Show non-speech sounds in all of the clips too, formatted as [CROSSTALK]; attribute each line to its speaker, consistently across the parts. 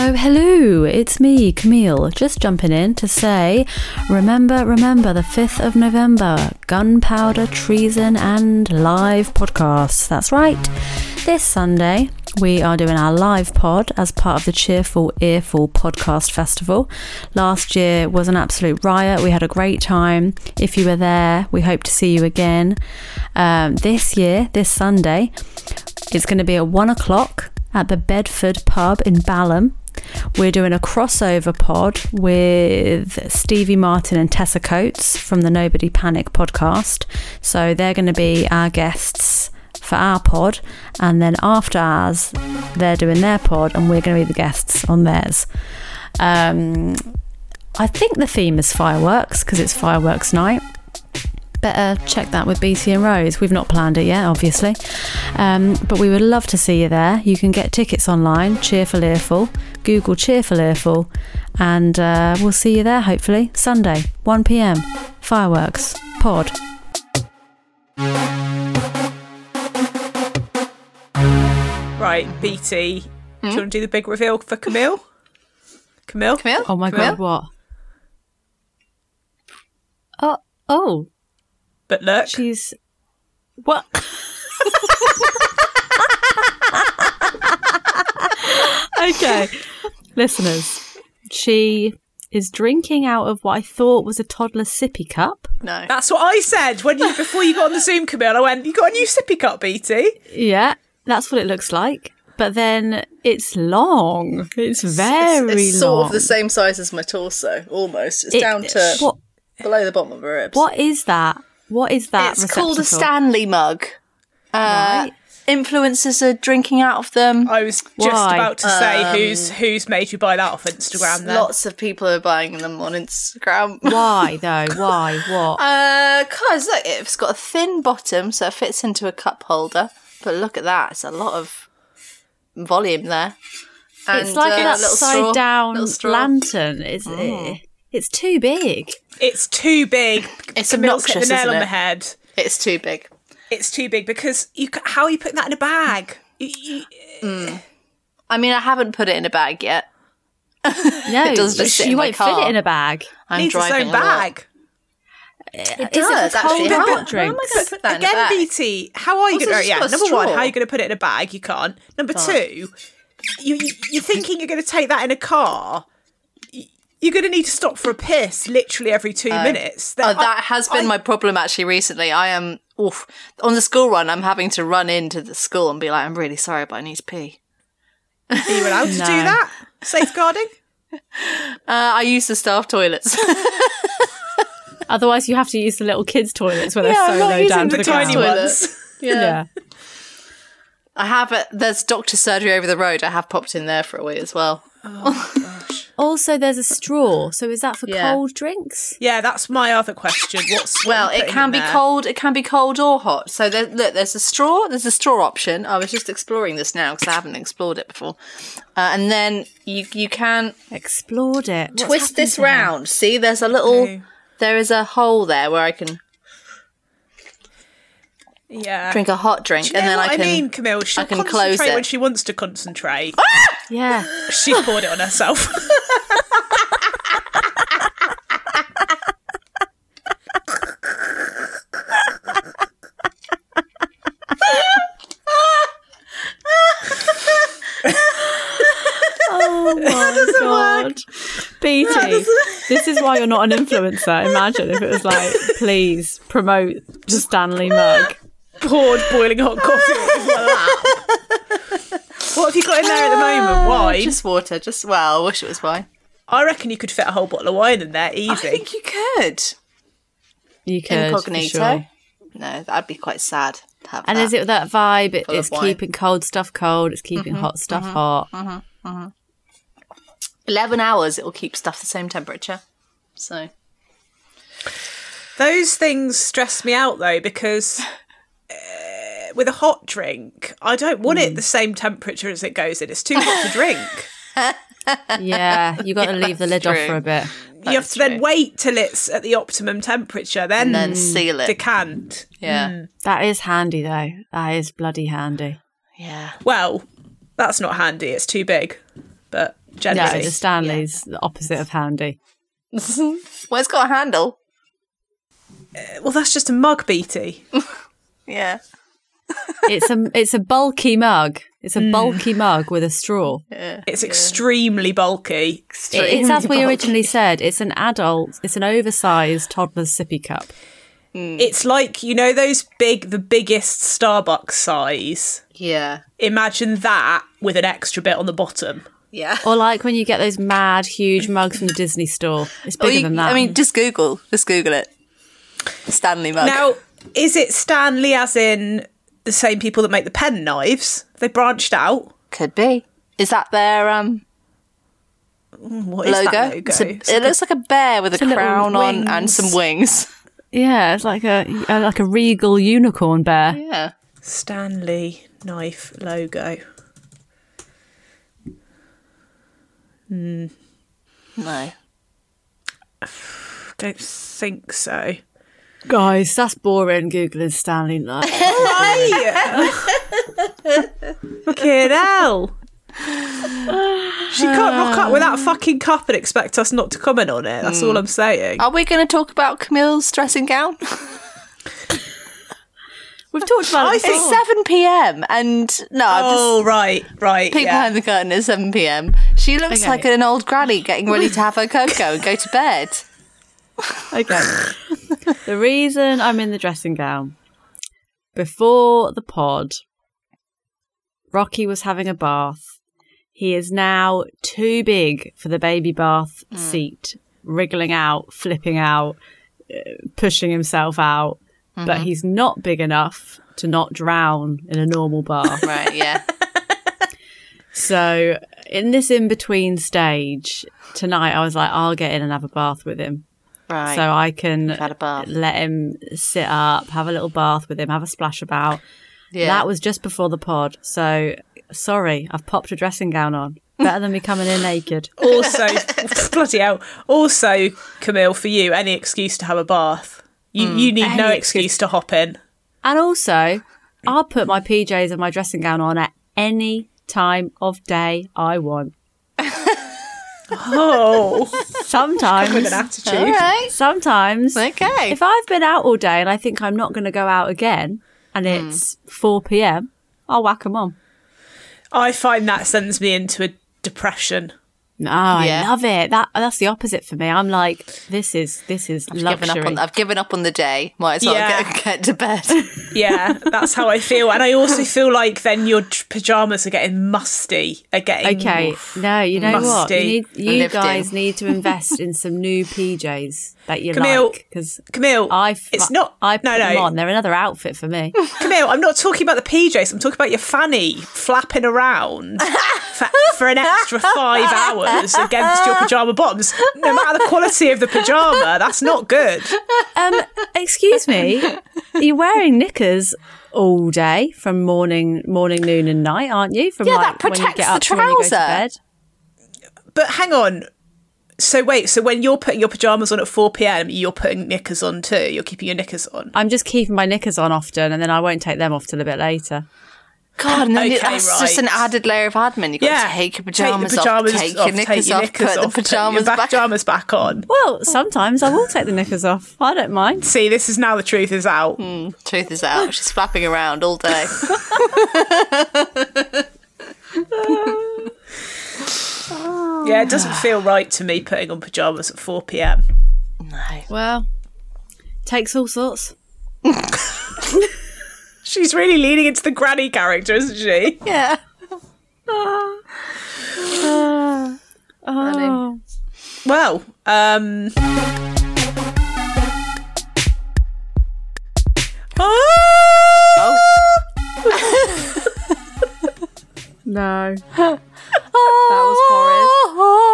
Speaker 1: Oh, hello, it's me, Camille, just jumping in to say remember, remember the 5th of November, Gunpowder, Treason, and Live podcasts. That's right. This Sunday, we are doing our live pod as part of the Cheerful Earful Podcast Festival. Last year was an absolute riot. We had a great time. If you were there, we hope to see you again. Um, this year, this Sunday, it's going to be at one o'clock at the Bedford Pub in Balham. We're doing a crossover pod with Stevie Martin and Tessa Coates from the Nobody Panic podcast. So they're going to be our guests for our pod, and then after ours, they're doing their pod, and we're going to be the guests on theirs. Um, I think the theme is fireworks because it's fireworks night. Better check that with BT and Rose. We've not planned it yet, obviously. Um, but we would love to see you there. You can get tickets online, Cheerful Earful. Google Cheerful Earful. And uh, we'll see you there, hopefully. Sunday, 1 pm. Fireworks. Pod.
Speaker 2: Right, BT, do you want to do the big reveal for Camille? Camille?
Speaker 3: Camille?
Speaker 1: Oh my
Speaker 3: Camille?
Speaker 1: God, what?
Speaker 4: Oh, oh,
Speaker 2: But look,
Speaker 1: She's. What? [LAUGHS] okay, listeners, she is drinking out of what I thought was a toddler sippy cup.
Speaker 3: No.
Speaker 2: that's what I said when you before you got on the Zoom, Camille. I went, you got a new sippy cup, BT.
Speaker 1: Yeah, that's what it looks like. But then it's long. It's very
Speaker 3: it's, it's
Speaker 1: long.
Speaker 3: sort of the same size as my torso, almost. It's
Speaker 1: It-
Speaker 3: down to
Speaker 1: what?
Speaker 3: below the bottom of my ribs.
Speaker 1: What is that? What is that?
Speaker 3: It's called a
Speaker 1: receptacle?
Speaker 3: Stanley mug. Uh,
Speaker 1: Right.
Speaker 3: Influencers are drinking out of them.
Speaker 2: I was just
Speaker 1: Why?
Speaker 2: about to say who's who's made you buy that off Instagram. Then
Speaker 3: Um, Lots of people are buying them on Instagram. [LAUGHS]
Speaker 1: Why though? Why? What?
Speaker 3: Uh, cause look, it's got a thin bottom, so it fits into a cup holder. But look at that; it's a lot of volume there.
Speaker 1: it's like
Speaker 3: uh,
Speaker 1: an
Speaker 3: little
Speaker 1: upside
Speaker 3: straw-
Speaker 1: down
Speaker 3: little straw. Oh.
Speaker 1: lantern. It's it, it's too big.
Speaker 2: it's too big.
Speaker 3: It's
Speaker 2: Camille's hit the
Speaker 3: obnoxious,
Speaker 2: nail
Speaker 3: isn't
Speaker 2: on
Speaker 3: it?
Speaker 2: the head.
Speaker 3: It's too big.
Speaker 2: It's too big because you ca- how are you putting that in a bag? You- you-
Speaker 3: I mean, I haven't put it in a bag yet.
Speaker 1: No,
Speaker 3: It does just sit
Speaker 1: you
Speaker 3: in my
Speaker 1: won't
Speaker 3: car.
Speaker 1: fit it in a bag.
Speaker 3: I'm
Speaker 2: needs its
Speaker 3: driving
Speaker 2: own
Speaker 3: a lot.
Speaker 2: bag.
Speaker 3: It
Speaker 1: Is it for
Speaker 3: does actually.
Speaker 1: cold
Speaker 3: How-
Speaker 1: hot
Speaker 3: how am I [LAUGHS]
Speaker 1: drinks?
Speaker 3: gonna put that in a
Speaker 2: Again,
Speaker 3: bag?
Speaker 2: BT, how are you
Speaker 3: Also,
Speaker 2: going to?
Speaker 3: it's
Speaker 2: Yeah,
Speaker 3: got a
Speaker 2: number one, how
Speaker 3: straw.
Speaker 2: are you going to put it in a bag? You can't. Number two, you, you you're thinking you're going to take that in a car. Y- You're going to need to stop for a piss literally every two minutes.
Speaker 3: Oh, that has been my problem actually recently. I am oof on the school run. I'm having to run into the school and be like, "I'm really sorry, but I need to pee."
Speaker 2: Are you allowed to do that? Safeguarding.
Speaker 3: Uh, I use the staff toilets. [LAUGHS]
Speaker 1: Otherwise, you have to use the little kids' toilets where they're
Speaker 3: Yeah,
Speaker 1: so
Speaker 3: I'm not
Speaker 1: low
Speaker 3: using
Speaker 1: down to
Speaker 3: [LAUGHS] the
Speaker 1: the
Speaker 3: tiny
Speaker 1: ground.
Speaker 3: one.
Speaker 1: Yeah.
Speaker 3: I have. A, there's doctor surgery over the road. I have popped in there for a wee as well.
Speaker 1: Also, there's a straw. So is that for
Speaker 3: Yeah.
Speaker 1: cold drinks?
Speaker 2: Yeah, that's my other question. What's what
Speaker 3: Well,
Speaker 2: you
Speaker 3: it
Speaker 2: putting
Speaker 3: can
Speaker 2: in
Speaker 3: be
Speaker 2: there?
Speaker 3: cold. It can be cold or hot. So there, look, there's a straw. There's a straw option. I was just exploring this now because I haven't explored it before. Uh, and then you you can
Speaker 1: Explored it. What's
Speaker 3: twist
Speaker 1: happened
Speaker 3: this
Speaker 1: to her?
Speaker 3: round. See, there's a little.
Speaker 2: No.
Speaker 3: There is a hole there where I can
Speaker 2: Yeah.
Speaker 3: drink a hot drink,
Speaker 2: Do you
Speaker 3: and
Speaker 2: know
Speaker 3: then
Speaker 2: what
Speaker 3: I can.
Speaker 2: mean, Camille. She'll
Speaker 3: can close
Speaker 2: concentrate
Speaker 3: it.
Speaker 2: when she wants to
Speaker 3: [LAUGHS]
Speaker 2: concentrate.
Speaker 1: Yeah.
Speaker 2: she poured it on herself.
Speaker 1: Oh my god. BT. This is why you're not an influencer. Imagine if it was like, please promote the Stanley mug.
Speaker 2: poured boiling hot coffee into my lap. What have you got in there at the moment? Wine.
Speaker 3: Just water. Just well, I wish it was wine.
Speaker 2: I reckon you could fit a whole bottle of wine in there, easy.
Speaker 3: I think you could
Speaker 1: You could. for
Speaker 3: incognito.
Speaker 1: sure.
Speaker 3: No, that'd be quite sad. To have
Speaker 1: And
Speaker 3: that.
Speaker 1: is it that vibe? It,
Speaker 3: of
Speaker 1: it's
Speaker 3: wine.
Speaker 1: keeping cold stuff cold. It's keeping
Speaker 2: Mm-hmm,
Speaker 1: hot stuff hot.
Speaker 3: 11 hours it will keep stuff the same temperature so
Speaker 2: Those things stress me out though because uh, with a hot drink, I don't want it the same temperature as it goes in. It's too hot [LAUGHS] to drink.
Speaker 1: Yeah, you got
Speaker 2: [LAUGHS]
Speaker 1: to leave the lid off
Speaker 3: true.
Speaker 1: for a bit.
Speaker 2: you have to then wait till it's at the optimum temperature, then,
Speaker 3: then
Speaker 4: Mm.
Speaker 3: seal it
Speaker 2: decant.
Speaker 3: yeah
Speaker 1: That is handy though. That is bloody handy.
Speaker 3: yeah
Speaker 2: Well, that's not handy. It's too big. But Generally.
Speaker 3: No,
Speaker 4: So the
Speaker 3: it's-
Speaker 4: Stanley's the opposite of handy.
Speaker 3: [LAUGHS] well, it's got a handle.
Speaker 2: well, that's just a mug, BT.
Speaker 3: Yeah.
Speaker 4: It's a it's a bulky mug. It's a bulky mug with a straw.
Speaker 2: Mm. It's extremely bulky.
Speaker 4: It- it's
Speaker 3: [LAUGHS]
Speaker 4: as we originally said. It's an adult. It's an oversized toddler's sippy cup.
Speaker 2: It's like you know those big, the biggest Starbucks size.
Speaker 3: Yeah.
Speaker 2: Imagine that with an extra bit on the bottom.
Speaker 3: Yeah.
Speaker 4: Or like when you get those mad huge mugs from the Disney store. It's
Speaker 3: Or
Speaker 4: bigger
Speaker 3: you-
Speaker 4: than that.
Speaker 3: I mean, just Google. Just Google it. Stanley mug.
Speaker 2: Now, is it Stanley as in the same people that make the pen knives? They branched out.
Speaker 3: Could be. Is that their um,
Speaker 2: What is
Speaker 3: logo?
Speaker 2: that logo?
Speaker 3: It's a- it looks like a bear with a
Speaker 4: little
Speaker 3: crown on and
Speaker 4: wings.
Speaker 3: some wings.
Speaker 4: yeah, it's like a, a like a regal unicorn bear.
Speaker 3: Yeah.
Speaker 2: Stanley knife logo.
Speaker 3: No.
Speaker 2: Don't think so.
Speaker 4: Guys, that's boring. Googling
Speaker 2: [LAUGHS]
Speaker 4: Stanley knife.
Speaker 2: Fucking hell. She can't rock up with that fucking cup and expect us not to comment on it. That's all I'm saying.
Speaker 3: Are we going to talk about Camille's dressing gown?
Speaker 4: We've talked about it.
Speaker 3: It's
Speaker 4: Before.
Speaker 3: 7 p.m. and no, I've just
Speaker 2: Oh, right, right.
Speaker 3: peeked
Speaker 2: yeah.
Speaker 3: behind the curtain at 7 p.m. She looks
Speaker 4: Okay.
Speaker 3: like an old granny getting ready to have her cocoa and go to bed.
Speaker 4: Okay. the reason I'm in the dressing gown before the pod, Rocky was having a bath. He is now too big for the baby bath seat, wriggling out, flipping out, uh, pushing himself out, but he's not big enough to not drown in a normal bath.
Speaker 3: Right, yeah.
Speaker 4: So in this in between stage tonight, I was like, I'll get in and have a bath with him,
Speaker 3: [LAUGHS] Right.
Speaker 4: so I can
Speaker 3: had a bath.
Speaker 4: let him sit up, have a little bath with him, have a splash about.
Speaker 3: yeah.
Speaker 4: That was just before the pod, so sorry, I've popped a dressing gown on. Better than me coming
Speaker 3: [LAUGHS]
Speaker 4: in naked.
Speaker 2: Also, [LAUGHS] bloody hell. Also, Camille, for you, any excuse to have a bath. You, you need no
Speaker 4: Any
Speaker 2: Hmm. excuse to hop in.
Speaker 4: And also, I'll put my PJs and my dressing gown on at any time of day
Speaker 3: [LAUGHS]
Speaker 4: I want.
Speaker 2: Oh, with
Speaker 4: Sometimes,
Speaker 2: an attitude. [LAUGHS]
Speaker 3: all right.
Speaker 4: sometimes
Speaker 3: Okay.
Speaker 4: If I've been out all day and I think I'm not going to go out again and
Speaker 3: Hmm.
Speaker 4: it's 4 p.m., I'll whack 'em on.
Speaker 2: I find that sends me into a depression.
Speaker 4: No, Oh, I
Speaker 3: Yeah.
Speaker 4: love it. That that's the opposite for me. I'm like, this is this is
Speaker 3: I've
Speaker 4: luxury.
Speaker 3: given, up on, I've given up on the day. Might as well
Speaker 2: Yeah.
Speaker 3: get, get to bed.
Speaker 2: Yeah, that's how I feel. And I also feel like then your pajamas are getting musty. Are getting
Speaker 4: okay, no, you know what? You,
Speaker 2: Musty.
Speaker 4: need, you
Speaker 3: Lived in.
Speaker 4: guys need to invest in some new PJs that you
Speaker 2: Camille,
Speaker 4: like because
Speaker 2: Camille,
Speaker 4: I f-
Speaker 2: it's not.
Speaker 4: I put
Speaker 2: no, no,
Speaker 4: them on. They're another outfit
Speaker 3: [LAUGHS]
Speaker 4: for me.
Speaker 2: Camille, I'm not talking about the PJs. I'm talking about your fanny flapping around for, for an
Speaker 4: [LAUGHS]
Speaker 2: extra five hours against your pajama bottoms. No matter the quality of the pajama, that's not good.
Speaker 4: Um, excuse me, you're wearing knickers all day from morning, morning, noon, and night, aren't you? From
Speaker 3: Yeah,
Speaker 4: like
Speaker 3: that
Speaker 4: when you
Speaker 3: protects
Speaker 4: get
Speaker 3: the
Speaker 4: up to when you go to
Speaker 3: trouser.
Speaker 4: bed.
Speaker 2: But hang on. So wait. So when you're putting your pajamas on at 4 p.m., you're putting knickers on too. You're keeping your knickers on.
Speaker 4: I'm just keeping my knickers on often, and then I won't take them off till a bit later.
Speaker 3: God, and then
Speaker 2: Okay,
Speaker 3: that's just
Speaker 2: right.
Speaker 3: an added layer of admin. You've got
Speaker 2: Yeah,
Speaker 3: to take your pajamas, off, take your knickers off, put the
Speaker 2: your
Speaker 3: pajamas back.
Speaker 2: pajamas back on.
Speaker 4: Well, sometimes I will take the knickers off. I don't mind.
Speaker 2: See, this is now the truth is out.
Speaker 3: Mm. Truth is out. She's flapping around all day.
Speaker 2: Yeah, it doesn't feel right to me putting on pajamas at 4 p.m.
Speaker 3: no.
Speaker 4: Well, takes all sorts.
Speaker 2: She's really leaning into the granny character, isn't she?
Speaker 3: Yeah.
Speaker 4: Oh.
Speaker 2: Well, um. Oh!
Speaker 3: Oh,
Speaker 4: [LAUGHS] No.
Speaker 3: that was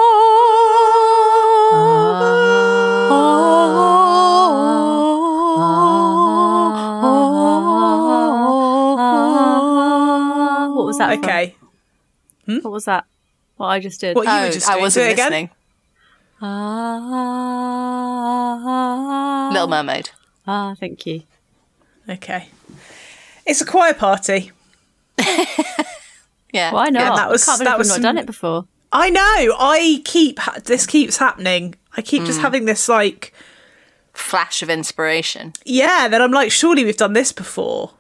Speaker 4: What was that? from?
Speaker 2: Okay.
Speaker 4: What was that? What I just did.
Speaker 2: What you
Speaker 3: Oh,
Speaker 2: were just
Speaker 3: I
Speaker 2: doing.
Speaker 3: wasn't
Speaker 2: Do it again.
Speaker 3: listening. Little Mermaid.
Speaker 4: Ah, thank you.
Speaker 2: Okay. It's a choir party.
Speaker 3: Yeah.
Speaker 4: Why
Speaker 3: Yeah,
Speaker 4: not?
Speaker 2: that was-
Speaker 4: I can't believe
Speaker 2: that was
Speaker 4: we've
Speaker 2: some-
Speaker 4: not done it before.
Speaker 2: I know. I keep ha- this keeps happening. I keep just
Speaker 3: Mm.
Speaker 2: having this like
Speaker 3: Flash of inspiration.
Speaker 2: yeah. Then I'm like, surely we've done this before.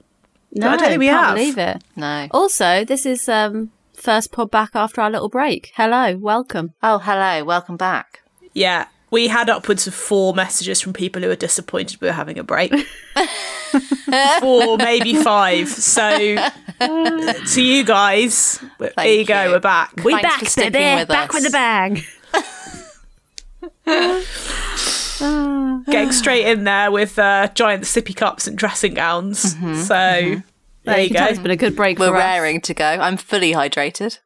Speaker 1: No,
Speaker 2: I don't think we
Speaker 1: can't
Speaker 2: have.
Speaker 1: believe it.
Speaker 3: No. Oh,
Speaker 1: Also, this is um first pod back after our little break. Hello, welcome.
Speaker 3: hello. Welcome back.
Speaker 2: Yeah, we had upwards of four messages from people who were disappointed we were having a break. four, maybe five. So uh, to you guys, there you, go.
Speaker 3: you.
Speaker 2: We're back.
Speaker 1: We
Speaker 3: Thanks for
Speaker 1: back,
Speaker 3: sticking
Speaker 1: baby.
Speaker 3: with
Speaker 1: back
Speaker 3: us.
Speaker 1: with a bang.
Speaker 2: getting straight in there with uh, giant sippy cups and dressing gowns. So there you
Speaker 1: can tell
Speaker 2: go.
Speaker 1: It's been a good break
Speaker 3: We're
Speaker 1: for us.
Speaker 3: raring to go. I'm fully hydrated.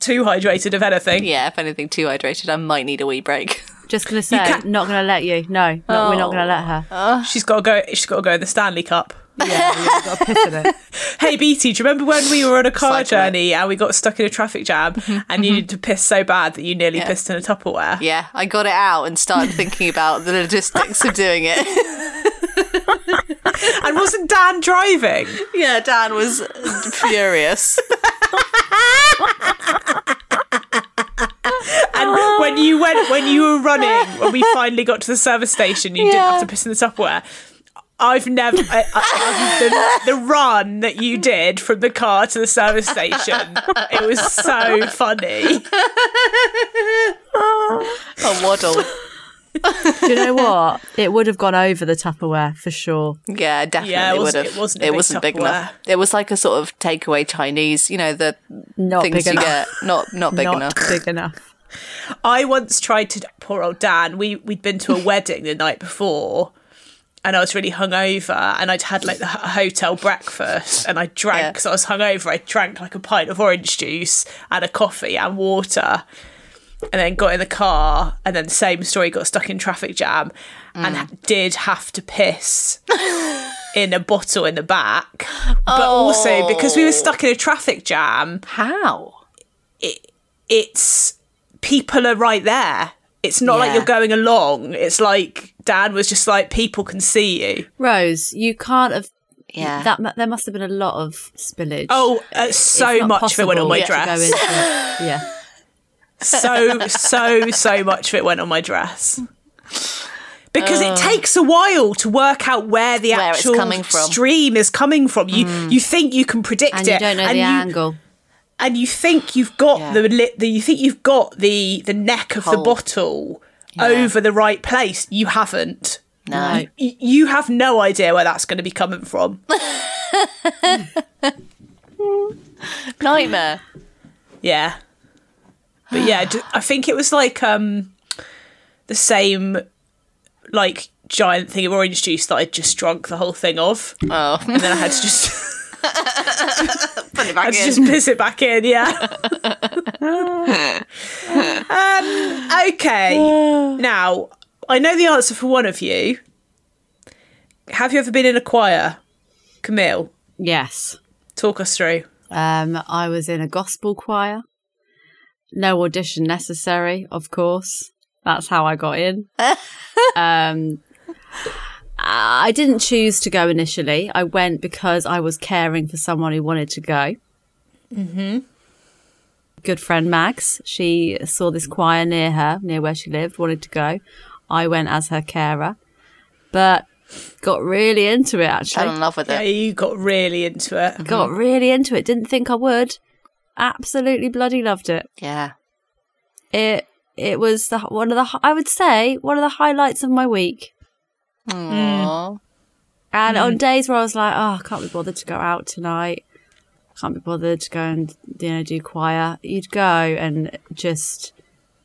Speaker 2: Too hydrated, if anything.
Speaker 3: Yeah, if anything too hydrated, I might need a wee break.
Speaker 1: Just gonna say,
Speaker 2: can't-
Speaker 1: not gonna let you. No, not, we're not gonna let her.
Speaker 2: She's got to go. She's got to go in the Stanley Cup.
Speaker 4: got a piss in it.
Speaker 2: [LAUGHS] Hey Beatty, do you remember when we were on a car
Speaker 3: Cycling.
Speaker 2: journey and we got stuck in a traffic jam and you needed to piss so bad that you nearly pissed in a Tupperware?
Speaker 3: Yeah, I got it out and started thinking about the logistics of doing it.
Speaker 2: And wasn't Dan driving?
Speaker 3: Yeah, Dan was furious.
Speaker 2: And when you went, when you were running, when we finally got to the service station, you didn't have to piss in the Tupperware. I've never I, I, the, the run that you did from the car to the service station. It was so funny.
Speaker 3: A waddle.
Speaker 1: Do you know what? It would have gone over the Tupperware for sure.
Speaker 3: Yeah, definitely
Speaker 2: Yeah, it
Speaker 3: would
Speaker 2: wasn't-
Speaker 3: have.
Speaker 2: it wasn't a big
Speaker 3: enough. It was like a sort of takeaway Chinese, you know, the
Speaker 1: Not
Speaker 3: things
Speaker 1: big
Speaker 3: you
Speaker 1: enough.
Speaker 3: get. Not not big
Speaker 1: not
Speaker 3: enough.
Speaker 1: big enough.
Speaker 2: I once tried to poor old Dan. We we'd been to a wedding the night before, and I was really hungover, and I'd had like the h- hotel breakfast, and I drank
Speaker 3: Yeah.
Speaker 2: because I was hungover. I drank like a pint of orange juice and a coffee and water, and then got in the car, and then same story. Got stuck in traffic jam, and ha- did have to piss. In a bottle in the back, but also because we were stuck in a traffic jam,
Speaker 3: How?
Speaker 2: it's people are right there. It's not like
Speaker 3: Yeah.
Speaker 2: you're going along. It's like Dan was just like people can see you.
Speaker 1: Rose, you can't have.
Speaker 3: Yeah.
Speaker 1: That mu- there must have been a lot of spillage.
Speaker 2: Oh, uh,
Speaker 1: It's
Speaker 2: so
Speaker 1: not
Speaker 2: much of it went on
Speaker 1: possible
Speaker 2: my
Speaker 1: to go
Speaker 2: dress.
Speaker 1: into- yeah.
Speaker 2: [LAUGHS] So so so much of it went on my dress. Because it takes a while to work out where the
Speaker 3: Where it's
Speaker 2: actual
Speaker 3: coming from.
Speaker 2: stream is coming from. You you think you can predict
Speaker 1: Hmm. And
Speaker 2: it,
Speaker 1: you don't know
Speaker 2: and
Speaker 1: the
Speaker 2: you-
Speaker 1: angle.
Speaker 2: and you think you've got
Speaker 3: Yeah.
Speaker 2: the, li- the you think you've got the the neck of the
Speaker 3: Hold.
Speaker 2: bottle over the right place. You haven't.
Speaker 3: no.
Speaker 1: No.
Speaker 2: Y- you have no idea where that's going to be coming from.
Speaker 3: Nightmare.
Speaker 2: yeah. But yeah, d- I think it was like um the same like giant thing of orange juice that I just drunk the whole thing of.
Speaker 3: Oh.
Speaker 2: And then I had to just
Speaker 3: Put it
Speaker 2: I
Speaker 3: back
Speaker 2: had to just piss it back in, yeah. um okay. Now, I know the answer for one of you. Have you ever been in a choir? Camille,
Speaker 4: Yes.
Speaker 2: talk us through.
Speaker 4: Um, I was in a gospel choir. No audition necessary, of course. That's how I got in. um, I didn't choose to go initially. I went because I was caring for someone who wanted to go. Mm-hmm. Good friend Mags, she saw this choir near her, near where she lived, wanted to go. I went as her carer, but got really into it actually
Speaker 3: Fell in love with
Speaker 2: Yeah,
Speaker 3: it.
Speaker 2: you got really into it.
Speaker 4: got really into it. Didn't think I would. Absolutely bloody loved it.
Speaker 3: Yeah.
Speaker 4: It it was the, one of the hi- I would say one of the highlights of my week.
Speaker 3: Aw.
Speaker 4: And on days where I was like, oh, I can't be bothered to go out tonight. Can't be bothered to go and you know do choir. You'd go and just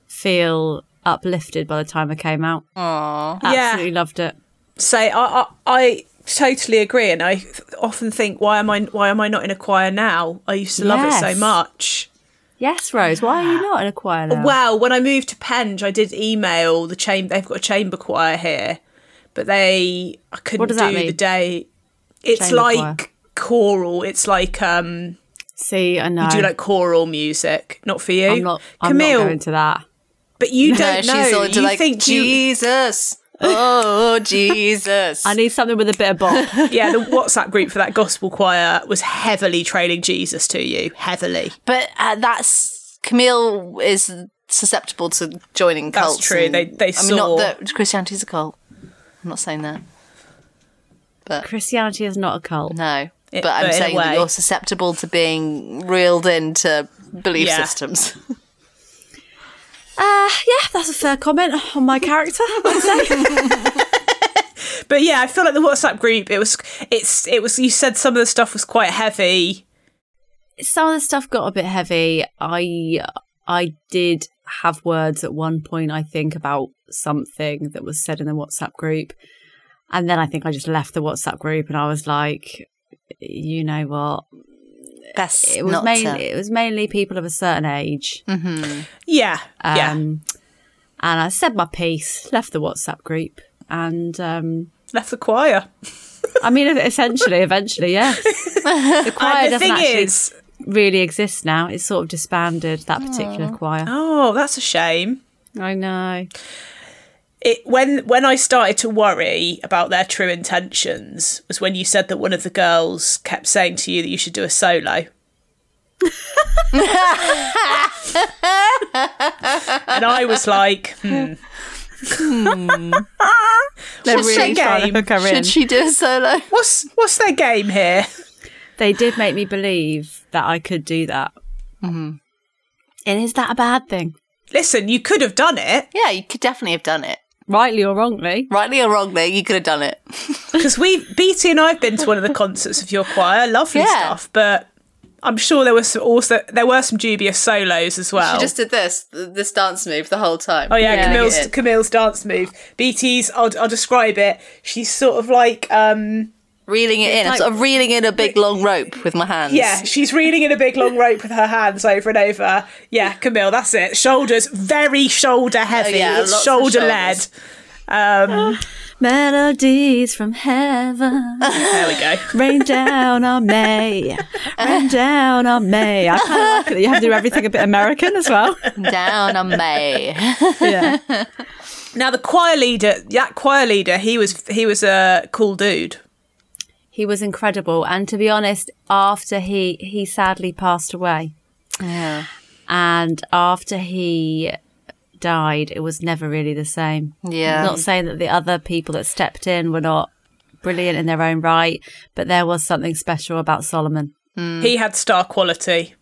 Speaker 4: feel uplifted by the time I came out.
Speaker 3: Aw.
Speaker 4: Absolutely loved it.
Speaker 2: say I, I I totally agree, and I th- often think why am I why am I not in a choir now? I used to love it
Speaker 4: Yes.
Speaker 2: so much.
Speaker 4: Yes, Rose. Why are you not in a choir now?
Speaker 2: Well, when I moved to Penge, I did email the chamber. They've got a chamber choir here, but they I couldn't
Speaker 4: What does that
Speaker 2: do the
Speaker 4: mean?
Speaker 2: day. It's
Speaker 4: Chamber
Speaker 2: like choral. It's like um
Speaker 4: See, I know.
Speaker 2: do like choral music. Not for you,
Speaker 4: Oh. I'm not. I'm
Speaker 2: Camille.
Speaker 4: not going to that.
Speaker 2: but
Speaker 4: [LAUGHS]
Speaker 2: you
Speaker 3: No,
Speaker 2: don't know.
Speaker 3: she's all into
Speaker 2: you
Speaker 3: like
Speaker 2: think you,
Speaker 3: Jesus. [LAUGHS] Oh Jesus.
Speaker 4: I need something with a bit of bop.
Speaker 2: yeah. The WhatsApp group for that gospel choir was heavily trailing Jesus to you. Heavily.
Speaker 3: But uh, that's Camille is susceptible to joining
Speaker 2: That's
Speaker 3: cults.
Speaker 2: true.
Speaker 3: and-
Speaker 2: They- they
Speaker 3: I mean,
Speaker 2: saw-
Speaker 3: not that Christianity's a cult. I'm not saying that.
Speaker 4: [LAUGHS] Christianity is not a cult.
Speaker 3: No.
Speaker 2: It-
Speaker 3: but
Speaker 2: but
Speaker 3: I'm
Speaker 2: in a
Speaker 3: saying that
Speaker 2: way-
Speaker 3: you're susceptible to being reeled into belief
Speaker 2: Yeah.
Speaker 3: systems.
Speaker 4: Uh, yeah, that's a fair comment on my character. I'd say. [LAUGHS]
Speaker 2: But yeah, I feel like the WhatsApp group. It was. It's. It was. You said some of the stuff was quite heavy.
Speaker 4: Some of the stuff got a bit heavy. I I did have words at one point, I think, about something that was said in the WhatsApp group. And then I think I just left the WhatsApp group and I was like, you know what?
Speaker 3: [LAUGHS] Best
Speaker 4: It was
Speaker 3: not uh,
Speaker 4: mainly
Speaker 3: to.
Speaker 4: it was mainly people of a certain age.
Speaker 2: Yeah. Mm-hmm. yeah.
Speaker 4: Um, and I said my piece, left the WhatsApp group, and um,
Speaker 2: Left the choir.
Speaker 4: I mean, [LAUGHS] essentially, eventually,
Speaker 2: [LAUGHS]
Speaker 4: yes. The choir
Speaker 2: And the
Speaker 4: Oh, doesn't
Speaker 2: thing
Speaker 4: actually
Speaker 2: is,
Speaker 4: really exist now. It's sort of disbanded that particular choir.
Speaker 2: oh, that's a shame.
Speaker 4: I know.
Speaker 2: It when when I started to worry about their true intentions was when you said that one of the girls kept saying to you that you should do a solo. and I was like, hmm,
Speaker 3: They're
Speaker 2: what's
Speaker 3: really
Speaker 2: their
Speaker 3: trying
Speaker 2: game?
Speaker 3: Should she do a solo?
Speaker 2: What's what's their game here?
Speaker 4: They did make me believe that I could do that. Mm-hmm. And is that a bad thing?
Speaker 2: Listen, you could have done it
Speaker 3: Yeah, you could definitely have done it.
Speaker 4: Rightly or wrongly?
Speaker 3: Rightly or wrongly, you could have done it.
Speaker 2: because
Speaker 3: [LAUGHS]
Speaker 2: we BT and I've been to one of the concerts of your choir, lovely
Speaker 3: Yeah.
Speaker 2: stuff, but. I'm sure there was some also there were some dubious solos as well.
Speaker 3: She just did this, th- this dance move the whole time.
Speaker 2: Oh yeah, Camille's
Speaker 3: It-
Speaker 2: Camille's dance move. BT's. I'll, I'll describe it. She's sort of like um
Speaker 3: reeling it in. I'm
Speaker 4: like-
Speaker 3: sort of reeling in a big long rope with my hands.
Speaker 2: yeah. She's reeling in a big long rope with her hands over and over. Yeah, Camille. That's it. Shoulders very shoulder heavy.
Speaker 3: Oh, yeah,
Speaker 2: It's
Speaker 3: lots of
Speaker 2: shoulder led.
Speaker 3: [SIGHS]
Speaker 2: Um,
Speaker 4: Melodies from heaven
Speaker 2: there we go.
Speaker 4: rain down on May. Rain down on May. I kind of like it that you have to do everything a bit American as well.
Speaker 3: [LAUGHS] Down on May.
Speaker 4: [LAUGHS] Yeah.
Speaker 2: Now the choir leader, that choir leader, he was he was a cool dude.
Speaker 4: He was incredible. And to be honest, after he, he sadly passed away.
Speaker 3: Yeah.
Speaker 4: and after he died it was never really the same
Speaker 3: Yeah.
Speaker 4: not saying that the other people that stepped in were not brilliant in their own right but there was something special about solomon
Speaker 2: He had star quality.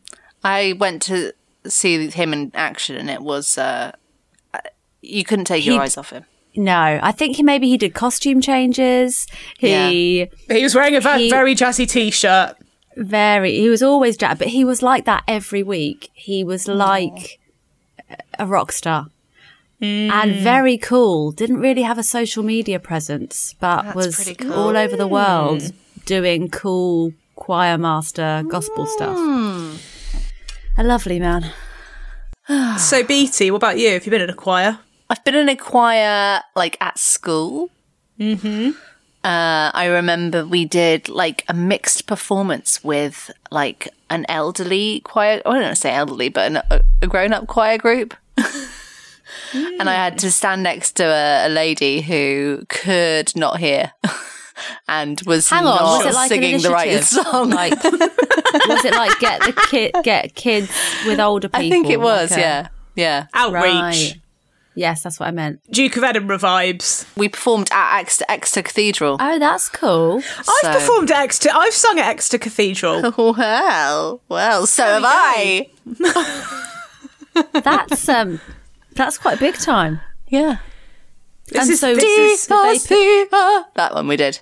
Speaker 3: I went to see him in action, and it was uh, you couldn't take your
Speaker 4: He'd-
Speaker 3: eyes off him.
Speaker 4: no i think he maybe he did costume changes he
Speaker 2: He was wearing a va-
Speaker 4: He-
Speaker 2: very jazzy t-shirt.
Speaker 4: very he was always jacked but he was like that every week he was like a rock star
Speaker 3: Mm.
Speaker 4: and very cool didn't really have a social media presence but was
Speaker 3: pretty cool.
Speaker 4: all over the world doing cool choir master gospel stuff
Speaker 3: Mm.
Speaker 4: a lovely man
Speaker 2: So BT, what about you? Have you been in a choir?
Speaker 3: I've been in a choir like at school. Mm-hmm. Uh, I remember we did like a mixed performance with like an elderly choir. I don't want to say elderly, but an, a- a grown-up choir group.
Speaker 4: Mm.
Speaker 3: And I had to stand next to a, a lady who could not hear [LAUGHS] and was
Speaker 4: hang on
Speaker 3: not
Speaker 4: was it like an
Speaker 3: singing the right
Speaker 4: initiative?
Speaker 3: song. [LAUGHS]
Speaker 4: like was it like get the kid get kids with older people
Speaker 3: I think it was,
Speaker 4: like a-
Speaker 3: yeah. Yeah.
Speaker 2: Outreach.
Speaker 4: right yes that's what i meant
Speaker 2: Duke of Edinburgh vibes.
Speaker 3: We performed at Ex- Exeter Cathedral.
Speaker 4: oh that's cool
Speaker 2: I've
Speaker 3: So- Oh,
Speaker 2: performed at Exeter. I've sung at Exeter Cathedral.
Speaker 4: Oh,
Speaker 3: Well, well, so have I.
Speaker 4: That's
Speaker 3: [LAUGHS]
Speaker 4: um, that's quite big time.
Speaker 3: Yeah.
Speaker 2: This
Speaker 4: And
Speaker 2: is
Speaker 4: so-
Speaker 2: this is
Speaker 4: Did they
Speaker 3: That one we did.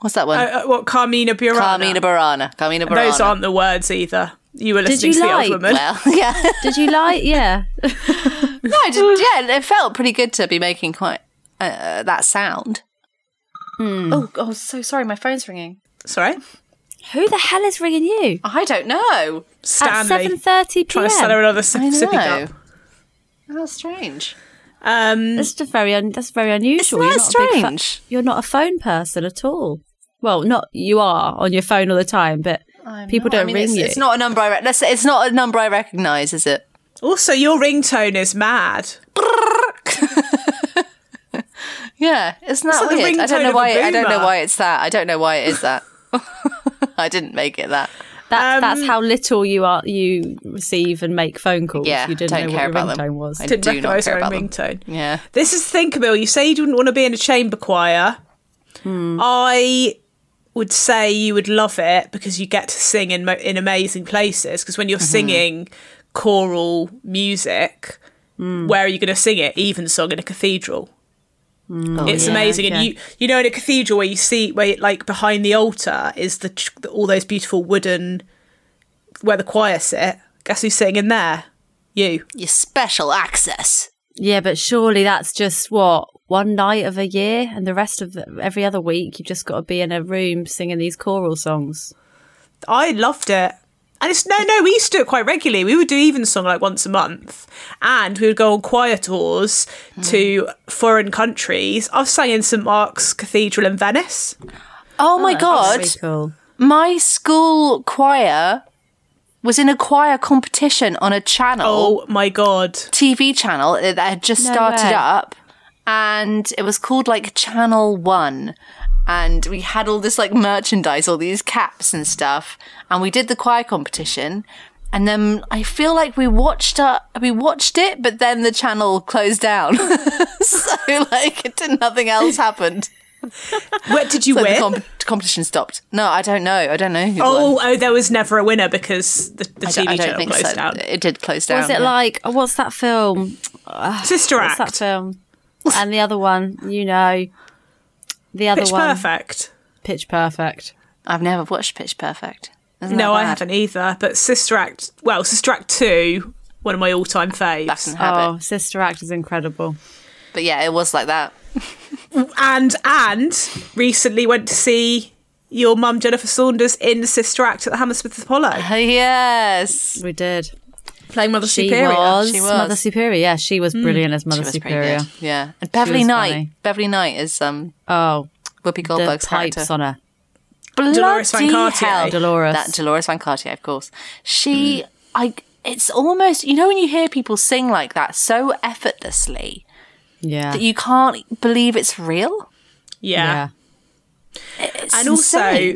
Speaker 3: What's that one?
Speaker 2: uh, uh, what Carmina Burana.
Speaker 3: Carmina Burana. Carmina Burana.
Speaker 2: Those aren't the words either. You were listening to
Speaker 4: you
Speaker 2: the
Speaker 4: like-
Speaker 2: old woman.
Speaker 3: Well, [LAUGHS] yeah.
Speaker 4: Did you [LAUGHS] like? Yeah,
Speaker 3: no, I just, yeah, it felt pretty good to be making quite uh, that sound. Oh, oh, so sorry. My phone's ringing.
Speaker 2: Sorry,
Speaker 4: who the hell is ringing you
Speaker 3: I don't know.
Speaker 4: at seven
Speaker 2: Stanley
Speaker 4: thirty
Speaker 2: trying to sell her
Speaker 4: p.m.?
Speaker 2: another sip,
Speaker 3: I
Speaker 2: sippy
Speaker 3: know.
Speaker 2: cup.
Speaker 3: How strange.
Speaker 2: Um,
Speaker 4: That's just very un- that's very
Speaker 3: Isn't
Speaker 4: unusual.
Speaker 3: that
Speaker 4: You're not a big fa-
Speaker 3: strange?
Speaker 4: you're not a phone person at all. Well, not you are on your phone all the time, but people
Speaker 3: No,
Speaker 4: don't
Speaker 3: I mean,
Speaker 4: ring
Speaker 3: it's,
Speaker 4: you.
Speaker 3: It's not a number I. Re- let's say it's not a number I recognise, is it?
Speaker 2: also, your ringtone is mad.
Speaker 3: Yeah, isn't that
Speaker 2: like the
Speaker 3: weird? I
Speaker 2: ringtone
Speaker 3: don't know
Speaker 2: of a
Speaker 3: why. I don't know
Speaker 2: boomer.
Speaker 3: [LAUGHS] why it's that. I don't know why it is that. I didn't make it that.
Speaker 4: That,
Speaker 2: Um,
Speaker 4: that's how little you are you receive and make phone calls.
Speaker 3: Yeah,
Speaker 4: you didn't
Speaker 3: don't
Speaker 4: know
Speaker 3: care
Speaker 4: what your
Speaker 3: about them.
Speaker 4: ringtone was.
Speaker 3: I
Speaker 2: Didn't
Speaker 3: do not
Speaker 2: recognise
Speaker 3: care
Speaker 2: her
Speaker 3: about
Speaker 2: own
Speaker 3: them.
Speaker 2: ringtone.
Speaker 3: Yeah.
Speaker 2: This is the thing, Camille. You say you didn't want to be in a chamber choir.
Speaker 3: Hmm.
Speaker 2: I would say you would love it because you get to sing in mo- in amazing places. Because when you're
Speaker 3: Mm-hmm.
Speaker 2: singing choral music,
Speaker 3: Hmm.
Speaker 2: where are you going to sing it? Evensong in a cathedral.
Speaker 3: Oh,
Speaker 2: It's
Speaker 3: yeah.
Speaker 2: amazing,
Speaker 4: yeah.
Speaker 2: and you you know in a cathedral where you see where like behind the altar is the ch- all those beautiful wooden where the choir sit. Guess who's sitting in there? You.
Speaker 3: Your special access.
Speaker 4: Yeah, but surely that's just what one night of a year, and the rest of the, every other week you've just got to be in a room singing these choral songs.
Speaker 2: I loved it. And it's no, no, we used to do it quite regularly. We would do Evensong like once a month, and we would go on choir tours
Speaker 3: Hmm.
Speaker 2: to foreign countries. I've sang in St Mark's Cathedral in Venice.
Speaker 3: Oh my god.
Speaker 4: That's really cool.
Speaker 3: My school choir was in a choir competition on a
Speaker 2: Oh
Speaker 3: channel.
Speaker 2: my god!
Speaker 3: TV channel uh, that had just
Speaker 4: No
Speaker 3: started
Speaker 4: way.
Speaker 3: up, and it was called like Channel One. And we had all this like merchandise, all these caps and stuff, and we did the choir competition. And then I feel like we watched uh, we watched it, but then the channel closed down, [LAUGHS] so like [LAUGHS] it did, nothing else happened.
Speaker 2: What did you
Speaker 3: So the
Speaker 2: win?
Speaker 3: comp- competition stopped. No, I don't know. I don't know who. won.
Speaker 2: oh, oh, there was never a winner because the, the
Speaker 3: I don't, I
Speaker 2: TV
Speaker 3: don't
Speaker 2: channel
Speaker 3: think
Speaker 2: closed
Speaker 3: so.
Speaker 2: down.
Speaker 3: It did close down.
Speaker 4: Was it
Speaker 3: yeah.
Speaker 4: like oh, what's that film?
Speaker 2: Sister
Speaker 4: What's that
Speaker 2: Act,
Speaker 3: [LAUGHS]
Speaker 4: film? And the other one, you know, the other
Speaker 2: Pitch
Speaker 4: one,
Speaker 2: Perfect.
Speaker 4: Pitch Perfect.
Speaker 3: I've never watched Pitch Perfect. Isn't
Speaker 2: No,
Speaker 3: that
Speaker 2: I
Speaker 3: bad?
Speaker 2: haven't either. But Sister Act, well, Sister Act two, one of my all-time
Speaker 3: Back in
Speaker 2: faves,
Speaker 3: the habit.
Speaker 4: Oh, Sister Act is incredible.
Speaker 3: But yeah, it was like that.
Speaker 2: and and recently went to see your mum Jennifer Saunders in Sister Act at the Hammersmith Apollo,
Speaker 3: Oh, yes.
Speaker 4: We did.
Speaker 2: playing Mother
Speaker 4: She
Speaker 2: Superior.
Speaker 4: was,
Speaker 3: She was. Hmm.
Speaker 4: Mother Superior. Yeah, she was brilliant as
Speaker 3: She
Speaker 4: Mother
Speaker 3: was
Speaker 4: Superior.
Speaker 3: pretty good. Yeah. And Beverly
Speaker 4: was
Speaker 3: Knight.
Speaker 4: funny.
Speaker 3: Beverly Knight is um
Speaker 4: Oh,
Speaker 3: Whoopi
Speaker 4: the
Speaker 3: Goldberg's
Speaker 4: pipes
Speaker 3: character.
Speaker 4: on her.
Speaker 3: Bloody
Speaker 2: Dolores Van Cartier.
Speaker 3: hell.
Speaker 4: Dolores. Mm.
Speaker 3: That Dolores Van Cartier, of course. She I it's almost you know when you hear people sing like that so effortlessly
Speaker 4: Yeah.
Speaker 3: that you can't believe it's real.
Speaker 2: yeah.
Speaker 4: yeah.
Speaker 3: It's
Speaker 2: and
Speaker 3: insane.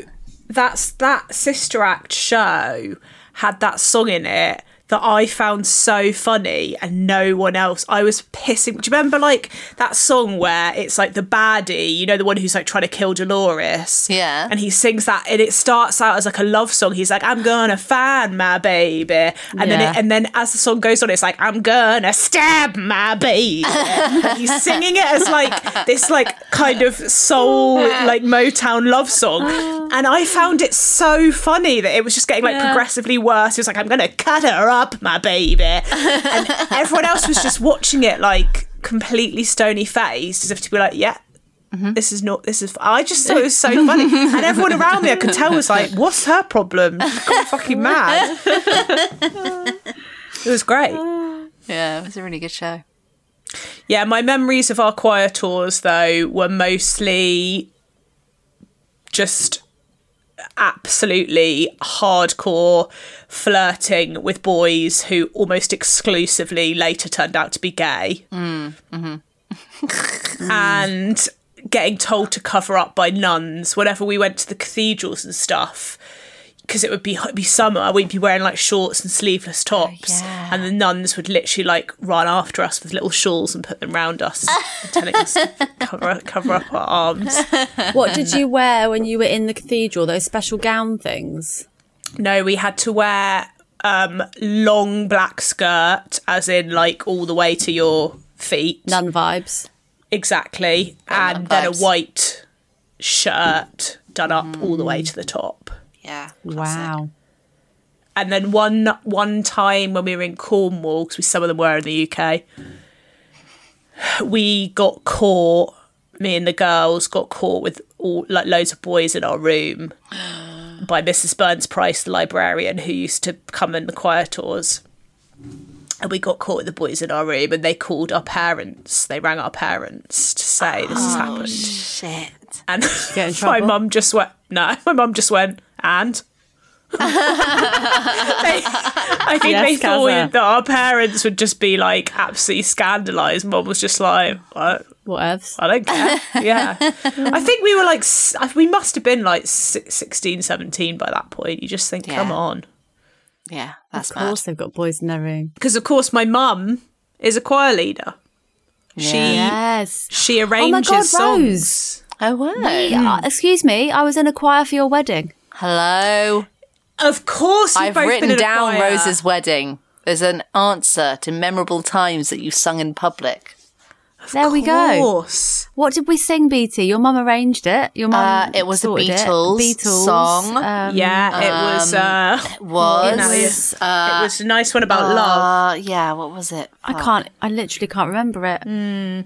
Speaker 2: also that's that sister act show had that song in it that i found so funny and no one else i was pissing do you remember like that song where it's like the baddie you know the one who's like trying to kill dolores
Speaker 3: Yeah.
Speaker 2: and he sings that and it starts out as like a love song he's like i'm gonna find my baby and then
Speaker 4: Yeah.
Speaker 2: it, and then as the song goes on it's like i'm gonna stab my baby and he's singing it as like this like kind of soul like motown love song and i found it so funny that it was just getting like progressively worse it was like i'm gonna cut her up my baby and everyone else was just watching it like completely stony faced as if to be like yeah this is not this is i just thought it [LAUGHS] was so funny and everyone around me i could tell was like what's her problem She's gone fucking mad it was great
Speaker 3: Yeah, it was a really good show.
Speaker 2: yeah, my memories of our choir tours though were mostly just absolutely hardcore flirting with boys who almost exclusively later turned out to be gay. and getting told to cover up by nuns whenever we went to the cathedrals and stuff. Because it would be it'd be summer, we'd be wearing like shorts and sleeveless tops,
Speaker 3: Oh, yeah.
Speaker 2: and the nuns would literally like run after us with little shawls and put them round us, telling us
Speaker 3: [LAUGHS]
Speaker 2: to cover cover up our arms.
Speaker 4: What did [LAUGHS] you wear when you were in the cathedral? Those special gown things.
Speaker 2: No, we had to wear um long black skirt, as in like all the way to your feet.
Speaker 4: Nun vibes.
Speaker 2: Exactly.
Speaker 3: Got
Speaker 2: and
Speaker 3: none
Speaker 2: then a
Speaker 3: vibes.
Speaker 2: white shirt done up all the way to the top.
Speaker 3: Yeah.
Speaker 4: Wow.
Speaker 2: And then one one time when we were in Cornwall, because some of them were in the UK, we got caught. Me and the girls got caught with all like loads of boys in our room by Mrs. Burns Price, the librarian who used to come in the choir tours. And we got caught with the boys in our room, and they called our parents. They rang our parents to say this has happened.
Speaker 3: Shit.
Speaker 2: And
Speaker 4: get
Speaker 2: [LAUGHS]
Speaker 4: in
Speaker 2: my
Speaker 4: trouble?
Speaker 2: mum just went, no, my mum just went,
Speaker 4: [LAUGHS]
Speaker 2: and? they, I think
Speaker 4: Yes,
Speaker 2: they thought
Speaker 4: Kaza.
Speaker 2: that our parents would just be like absolutely scandalised. Mum was just like, what?
Speaker 5: What else?
Speaker 2: I don't
Speaker 4: [LAUGHS]
Speaker 2: care. Yeah. I think we were like, s- I- we must have been like si- 16, 17 by that point. You just think, come
Speaker 3: Yeah.
Speaker 2: on.
Speaker 3: Yeah, that's
Speaker 5: Of course, they've got boys in their room.
Speaker 2: Because, of course, my mum is a choir leader. She
Speaker 5: Yes.
Speaker 2: she arranges
Speaker 4: Oh God,
Speaker 2: songs.
Speaker 4: Rose.
Speaker 3: Mad. Oh, wow.
Speaker 4: Uh, excuse me, I was in a choir for your wedding.
Speaker 3: Hello.
Speaker 2: Of course, you've
Speaker 3: I've
Speaker 2: both been
Speaker 3: written
Speaker 2: in a
Speaker 3: down
Speaker 2: choir.
Speaker 3: Rose's wedding. There's an answer to memorable times that you sung in public.
Speaker 4: there we
Speaker 2: Of
Speaker 4: go.
Speaker 2: course.
Speaker 4: What did we sing, BT? Your mum arranged it. Your mum.
Speaker 3: Uh, it was a
Speaker 4: sorted it.
Speaker 3: Beatles song.
Speaker 4: Um,
Speaker 2: yeah, it was. Uh,
Speaker 3: It was.
Speaker 2: it was, it was a nice one about love.
Speaker 3: Uh, yeah, what was it? Oh,
Speaker 4: I can't. I literally can't remember it. Hmm.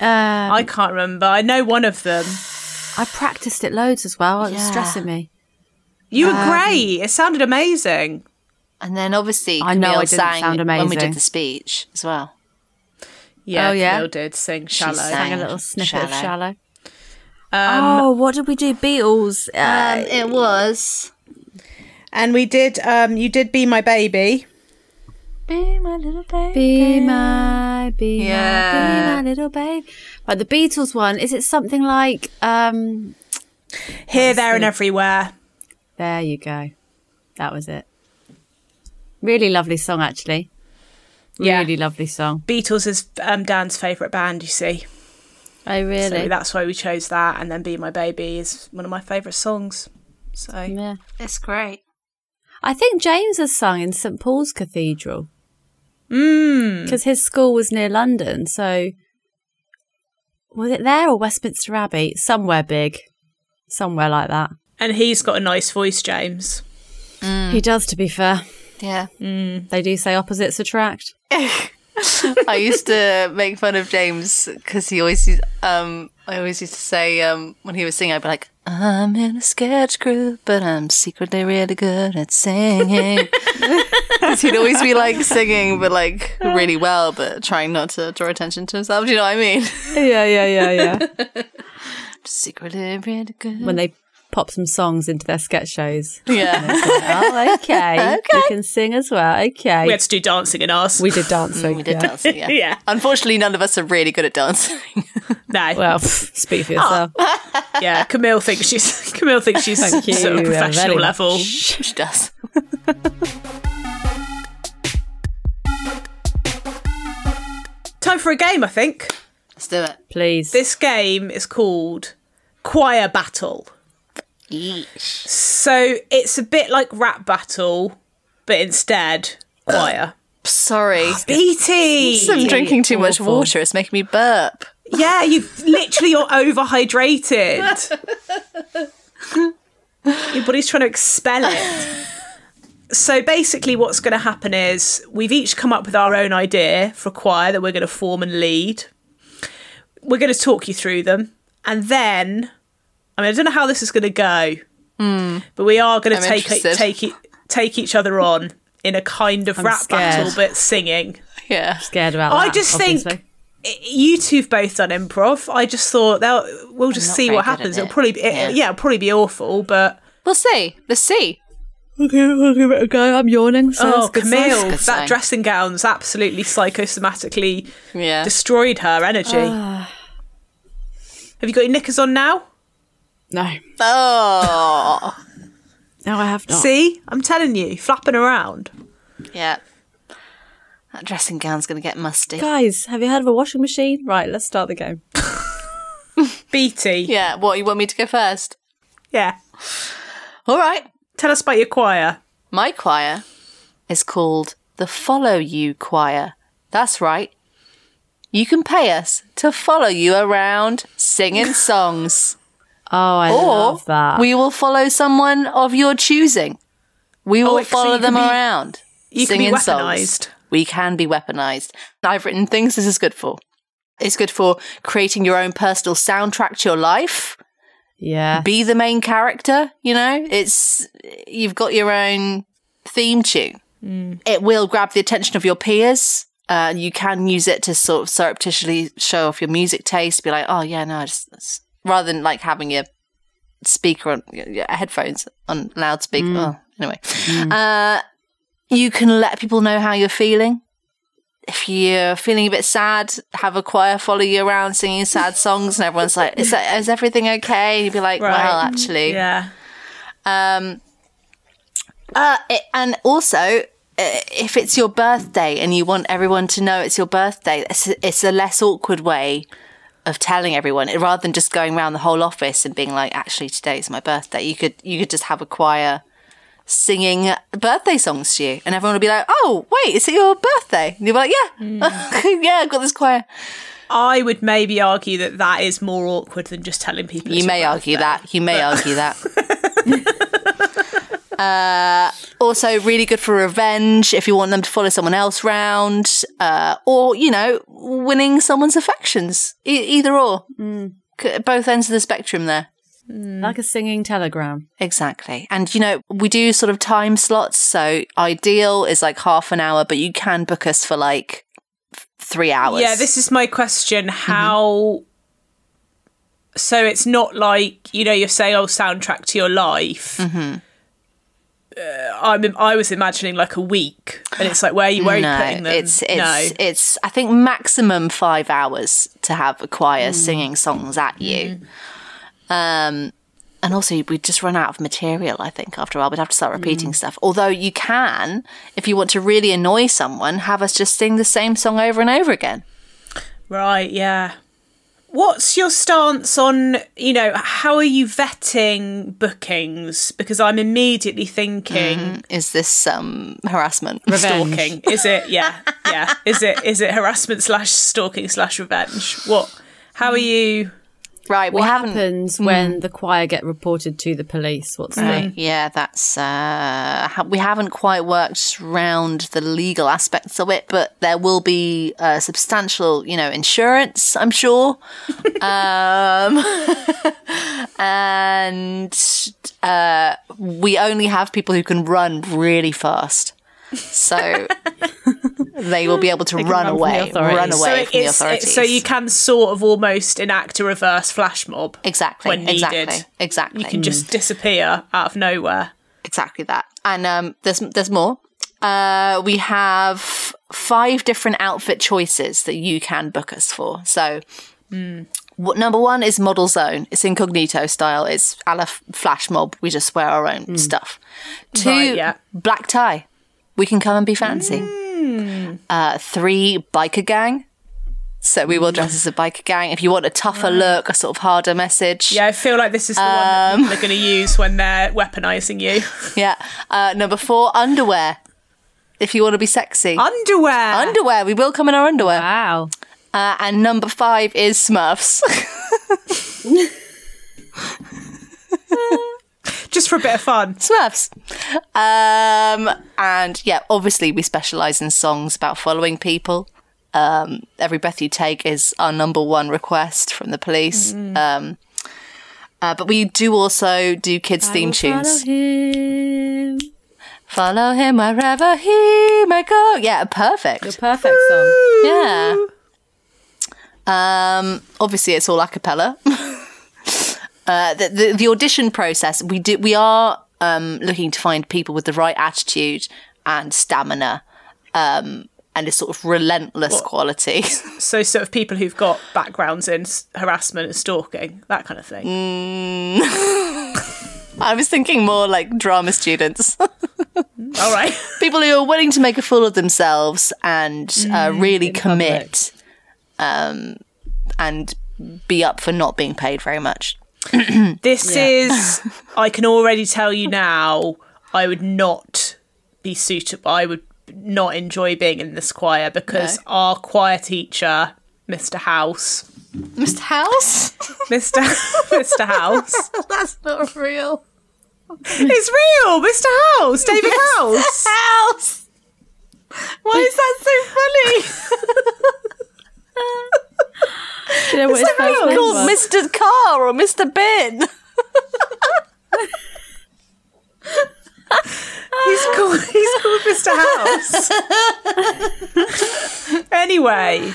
Speaker 4: Uh,
Speaker 2: I can't remember. I know one of them.
Speaker 4: I practiced it loads as well. It was
Speaker 3: Yeah.
Speaker 4: stressing me.
Speaker 2: You were great. It sounded amazing.
Speaker 3: And then obviously,
Speaker 4: I know
Speaker 3: Camille
Speaker 4: I didn't
Speaker 3: sang
Speaker 4: sound
Speaker 3: when we
Speaker 4: amazing.
Speaker 3: did the speech as well.
Speaker 2: Yeah,
Speaker 4: Oh, yeah?
Speaker 2: Camille did sing "Shallow."
Speaker 3: sang.
Speaker 4: Sang a little snippet of
Speaker 3: Shallow.
Speaker 4: shallow.
Speaker 2: Um,
Speaker 4: oh, what did we do? Beatles. Uh,
Speaker 3: it was.
Speaker 2: And we did. Um, you did "Be My Baby."
Speaker 3: Be my little baby.
Speaker 4: be my, be
Speaker 3: Yeah.
Speaker 4: my, be my little babe. But the Beatles one is it something like? um
Speaker 2: Here, there, and everywhere.
Speaker 4: There you go. That was it. Really lovely song, actually.
Speaker 2: Yeah.
Speaker 4: Really lovely song.
Speaker 2: Beatles is um, Dan's favourite band. You see,
Speaker 4: Oh, really?
Speaker 2: so that's why we chose that. And then "Be My Baby" is one of my favourite songs. So
Speaker 4: yeah.
Speaker 3: It's great.
Speaker 4: I think James has sung in St Paul's Cathedral.
Speaker 2: Mm.
Speaker 4: Because his school was near London, so was it there or Westminster Abbey? Somewhere big, somewhere like that.
Speaker 2: and he's got a nice voice, James.
Speaker 4: He does, to be fair.
Speaker 3: Yeah.
Speaker 4: They do say opposites attract.
Speaker 3: I used to make fun of James because he always, used- um, I always used to say um, when he was singing, I'd be like, "I'm in a sketch group, but I'm secretly really good at singing." [LAUGHS] 'Cause he'd always be like singing, but like really well, but trying not to draw attention to himself. Do you know what I mean?
Speaker 4: Yeah, yeah, yeah, yeah.
Speaker 3: secretly really good.
Speaker 4: when they pop some songs into their sketch shows.
Speaker 3: [LAUGHS] yeah,
Speaker 4: [LAUGHS] oh, okay. You can sing as well. Okay.
Speaker 2: We had to do dancing and us.
Speaker 4: Mm, We did dancing.
Speaker 3: we did
Speaker 4: yeah.
Speaker 3: dancing. Yeah. [LAUGHS]
Speaker 2: Yeah.
Speaker 3: Unfortunately, none of us are really good at dancing. [LAUGHS]
Speaker 2: no,
Speaker 4: Well, [LAUGHS] pff, speak for yourself. [LAUGHS]
Speaker 2: yeah. Camille thinks she's [LAUGHS] Camille thinks she's
Speaker 4: Thank you,
Speaker 2: sort of
Speaker 4: uh, very
Speaker 2: professional
Speaker 4: much.
Speaker 2: level.
Speaker 3: she does.
Speaker 2: Time for a game, I think.
Speaker 3: Let's do it.
Speaker 4: Please.
Speaker 2: This game is called Choir Battle. So it's a bit like Rap Battle, but instead choir.
Speaker 3: Sorry.
Speaker 2: BT!
Speaker 3: I'm drinking too much
Speaker 4: Awful.
Speaker 3: water. It's making me burp.
Speaker 2: Yeah, you literally are overhydrated. Your body's trying to expel it. So basically, what's going to happen is we've each come up with our own idea for a choir that we're going to form and lead. We're going to talk you through them, and then I mean, I don't know how this is going to go, but we are going to
Speaker 3: Hmm. I'm
Speaker 2: take
Speaker 3: interested.
Speaker 2: take e- take each other on in a kind of rap
Speaker 4: scared.
Speaker 2: battle, but singing.
Speaker 3: Yeah.
Speaker 4: Scared about
Speaker 2: I
Speaker 4: that,
Speaker 2: just
Speaker 4: obviously.
Speaker 2: think i- you two've both done improv. I just thought they'll, we'll just
Speaker 3: not
Speaker 2: see
Speaker 3: very
Speaker 2: what
Speaker 3: good at
Speaker 2: happens. It'll
Speaker 3: it.
Speaker 2: probably be, it,
Speaker 3: Yeah.
Speaker 2: yeah. it'll probably be awful, but
Speaker 3: We'll see. Let's see.
Speaker 4: Okay, we'll give it a go. I'm yawning. So
Speaker 2: oh,
Speaker 4: it's good
Speaker 2: Camille,
Speaker 3: Good
Speaker 2: that
Speaker 3: sign.
Speaker 2: dressing gown's absolutely psychosomatically
Speaker 3: Yeah. Ah.
Speaker 2: destroyed her energy. Have you got your knickers on now?
Speaker 4: No,
Speaker 3: oh.
Speaker 4: no, I have not.
Speaker 2: See, I'm telling you, flapping around.
Speaker 3: yeah. That dressing gown's going to get musty.
Speaker 4: Guys, have you heard of a washing machine? Right, let's start the game.
Speaker 2: Beatty, yeah.
Speaker 3: Yeah. What, you want me to go first? All right.
Speaker 2: Tell us about your choir.
Speaker 3: My choir is called the Follow You Choir. That's right. You can pay us to follow you around singing songs.
Speaker 4: Oh, I
Speaker 3: or
Speaker 4: love that.
Speaker 3: we will follow someone of your choosing. We will
Speaker 2: it- so
Speaker 3: follow
Speaker 2: you can
Speaker 3: them
Speaker 2: be-
Speaker 3: around.
Speaker 2: you can be
Speaker 3: singing songs.
Speaker 2: weaponised.
Speaker 3: We can be weaponized. I've written things this is good for. It's good for creating your own personal soundtrack to your life.
Speaker 4: yeah,
Speaker 3: Be the main character, you know? It's you've got your own theme tune. It will grab the attention of your peers. Uh, you can use it to sort of surreptitiously show off your music taste, be like, oh, yeah, no, I just, it's- rather than like having your speaker on your, your headphones on loudspeaker. Oh, anyway, uh, you can let people know how you're feeling. if you're feeling a bit sad, have a choir follow you around singing sad songs, and everyone's like, "Is that, is everything okay?" And you'd be like,
Speaker 2: Right.
Speaker 3: "Well, actually,
Speaker 2: Yeah.
Speaker 3: um, uh, it, and also, uh, if it's your birthday and you want everyone to know it's your birthday, it's a, it's a less awkward way of telling everyone rather than just going around the whole office and being like, "Actually, today is my birthday." You could you could just have a choir singing birthday songs to you, and everyone would be like, "Oh, wait, is it your birthday?" And you'd be like, "Yeah, [LAUGHS] yeah, I've got this choir."
Speaker 2: I would maybe argue that that is more awkward than just telling people. it's
Speaker 3: You
Speaker 2: your
Speaker 3: may
Speaker 2: birthday.
Speaker 3: argue that. You may argue that. [LAUGHS] uh,
Speaker 2: [LAUGHS]
Speaker 3: also, really good for revenge if you want them to follow someone else round, uh, or you know, winning someone's affections. E- either or,
Speaker 2: Mm.
Speaker 3: C- both ends of the spectrum there.
Speaker 4: Mm. Like a singing telegram.
Speaker 3: Exactly. And you know, we do sort of time slots, so ideal is like half an hour, but you can book us for like f- three hours.
Speaker 2: Yeah, this is my question.
Speaker 3: Mm-hmm.
Speaker 2: How. So it's not like, you know, you're saying, oh, soundtrack to your life.
Speaker 3: Mm-hmm.
Speaker 2: Uh, I'm, I was imagining like a week, and it's like, where are you, where are you putting them?
Speaker 3: It's it's
Speaker 2: no.
Speaker 3: it's I think maximum five hours to have a
Speaker 2: Mm.
Speaker 3: choir singing songs at you.
Speaker 2: Mm-hmm.
Speaker 3: Um and also we'd just run out of material, I think, after a while. We'd have to start
Speaker 2: Mm.
Speaker 3: repeating stuff. Although you can, if you want to really annoy someone, have us just sing the same song over and over again.
Speaker 2: Right, yeah. What's your stance on, you know, how are you vetting bookings? Because I'm immediately thinking
Speaker 3: Is this um harassment?
Speaker 4: Revenge.
Speaker 2: stalking. Is it
Speaker 3: [LAUGHS]
Speaker 2: yeah, yeah. Is it is it harassment slash stalking slash revenge? What how are
Speaker 3: Mm.
Speaker 2: you
Speaker 3: right, we
Speaker 4: What
Speaker 3: haven't
Speaker 4: happens when the choir get reported to the police? What's
Speaker 3: Right. Yeah, that's uh, ha- we haven't quite worked round the legal aspects of it, but there will be uh, substantial, you know, insurance, I'm
Speaker 4: [LAUGHS]
Speaker 3: sure, um, [LAUGHS] and uh, we only have people who can run really fast, so
Speaker 4: [LAUGHS]
Speaker 3: they will be able to run
Speaker 4: run from the
Speaker 3: away, run away
Speaker 4: authorities.
Speaker 3: from the
Speaker 2: it's-
Speaker 3: authorities.
Speaker 2: so you can sort of almost enact a reverse flash mob.
Speaker 3: exactly,
Speaker 2: when needed.
Speaker 3: exactly, exactly.
Speaker 2: You can just disappear out of nowhere.
Speaker 3: exactly that. And um, there's there's more. Uh, we have five different outfit choices that you can book us for. So. hmm, What, number one is model zone. It's incognito style. It's a la f- flash mob. We just wear our own stuff. Two,
Speaker 2: Hmm. Right, yeah.
Speaker 3: black tie. We can come and be fancy.
Speaker 2: Hmm.
Speaker 3: Uh, three, biker gang. So we
Speaker 2: Hmm.
Speaker 3: will dress as a biker gang. If you want a tougher look, a sort of harder message.
Speaker 2: Yeah, I feel like this is the one that
Speaker 3: Um,
Speaker 2: people are going to use when they're weaponizing
Speaker 3: [LAUGHS]
Speaker 2: you.
Speaker 3: Yeah. Uh, number four, underwear. If you want to be sexy.
Speaker 2: Oh, Underwear.
Speaker 3: Underwear. We will come in our underwear.
Speaker 4: Wow.
Speaker 3: Uh, and number five is Smurfs. [LAUGHS]
Speaker 2: just for a bit of fun.
Speaker 3: Smurfs. Um, and yeah, obviously we specialise in songs about following people. Um, Every breath you take is our number one request from the police. Um, uh, but we do also do kids' theme tunes.
Speaker 4: Follow him.
Speaker 3: Follow him wherever he may go. Yeah, perfect.
Speaker 4: Your perfect song.
Speaker 3: Yeah. Um, obviously, it's all a cappella. [LAUGHS] uh, the, the the audition process we do we are um, looking to find people with the right attitude and stamina, um, and a sort of relentless quality. [LAUGHS]
Speaker 2: So sort of people who've got backgrounds in s- harassment and stalking, that kind of thing.
Speaker 3: Mm. I was thinking more like drama students, [LAUGHS]
Speaker 2: All right.
Speaker 3: people who are willing to make a fool of themselves and uh, really commit, um, and be up for not being paid very much.
Speaker 2: This
Speaker 3: [LAUGHS]
Speaker 2: is I can already tell you now I would not be suitable. I would not enjoy being in this choir because
Speaker 3: No.
Speaker 2: our choir teacher, Mr. House,
Speaker 3: Mr.
Speaker 2: [LAUGHS]
Speaker 3: House.
Speaker 2: Mr. Mr. House.
Speaker 3: [LAUGHS] That's not real.
Speaker 2: It's real, Mr. House, David House.
Speaker 3: [LAUGHS] House. Why is that [LAUGHS] so
Speaker 4: Do you know what his first
Speaker 3: funny?
Speaker 4: name
Speaker 3: Called
Speaker 4: was?
Speaker 3: Mr. Carr or Mr. Bin.
Speaker 2: He's called he's called Mr. House. anyway,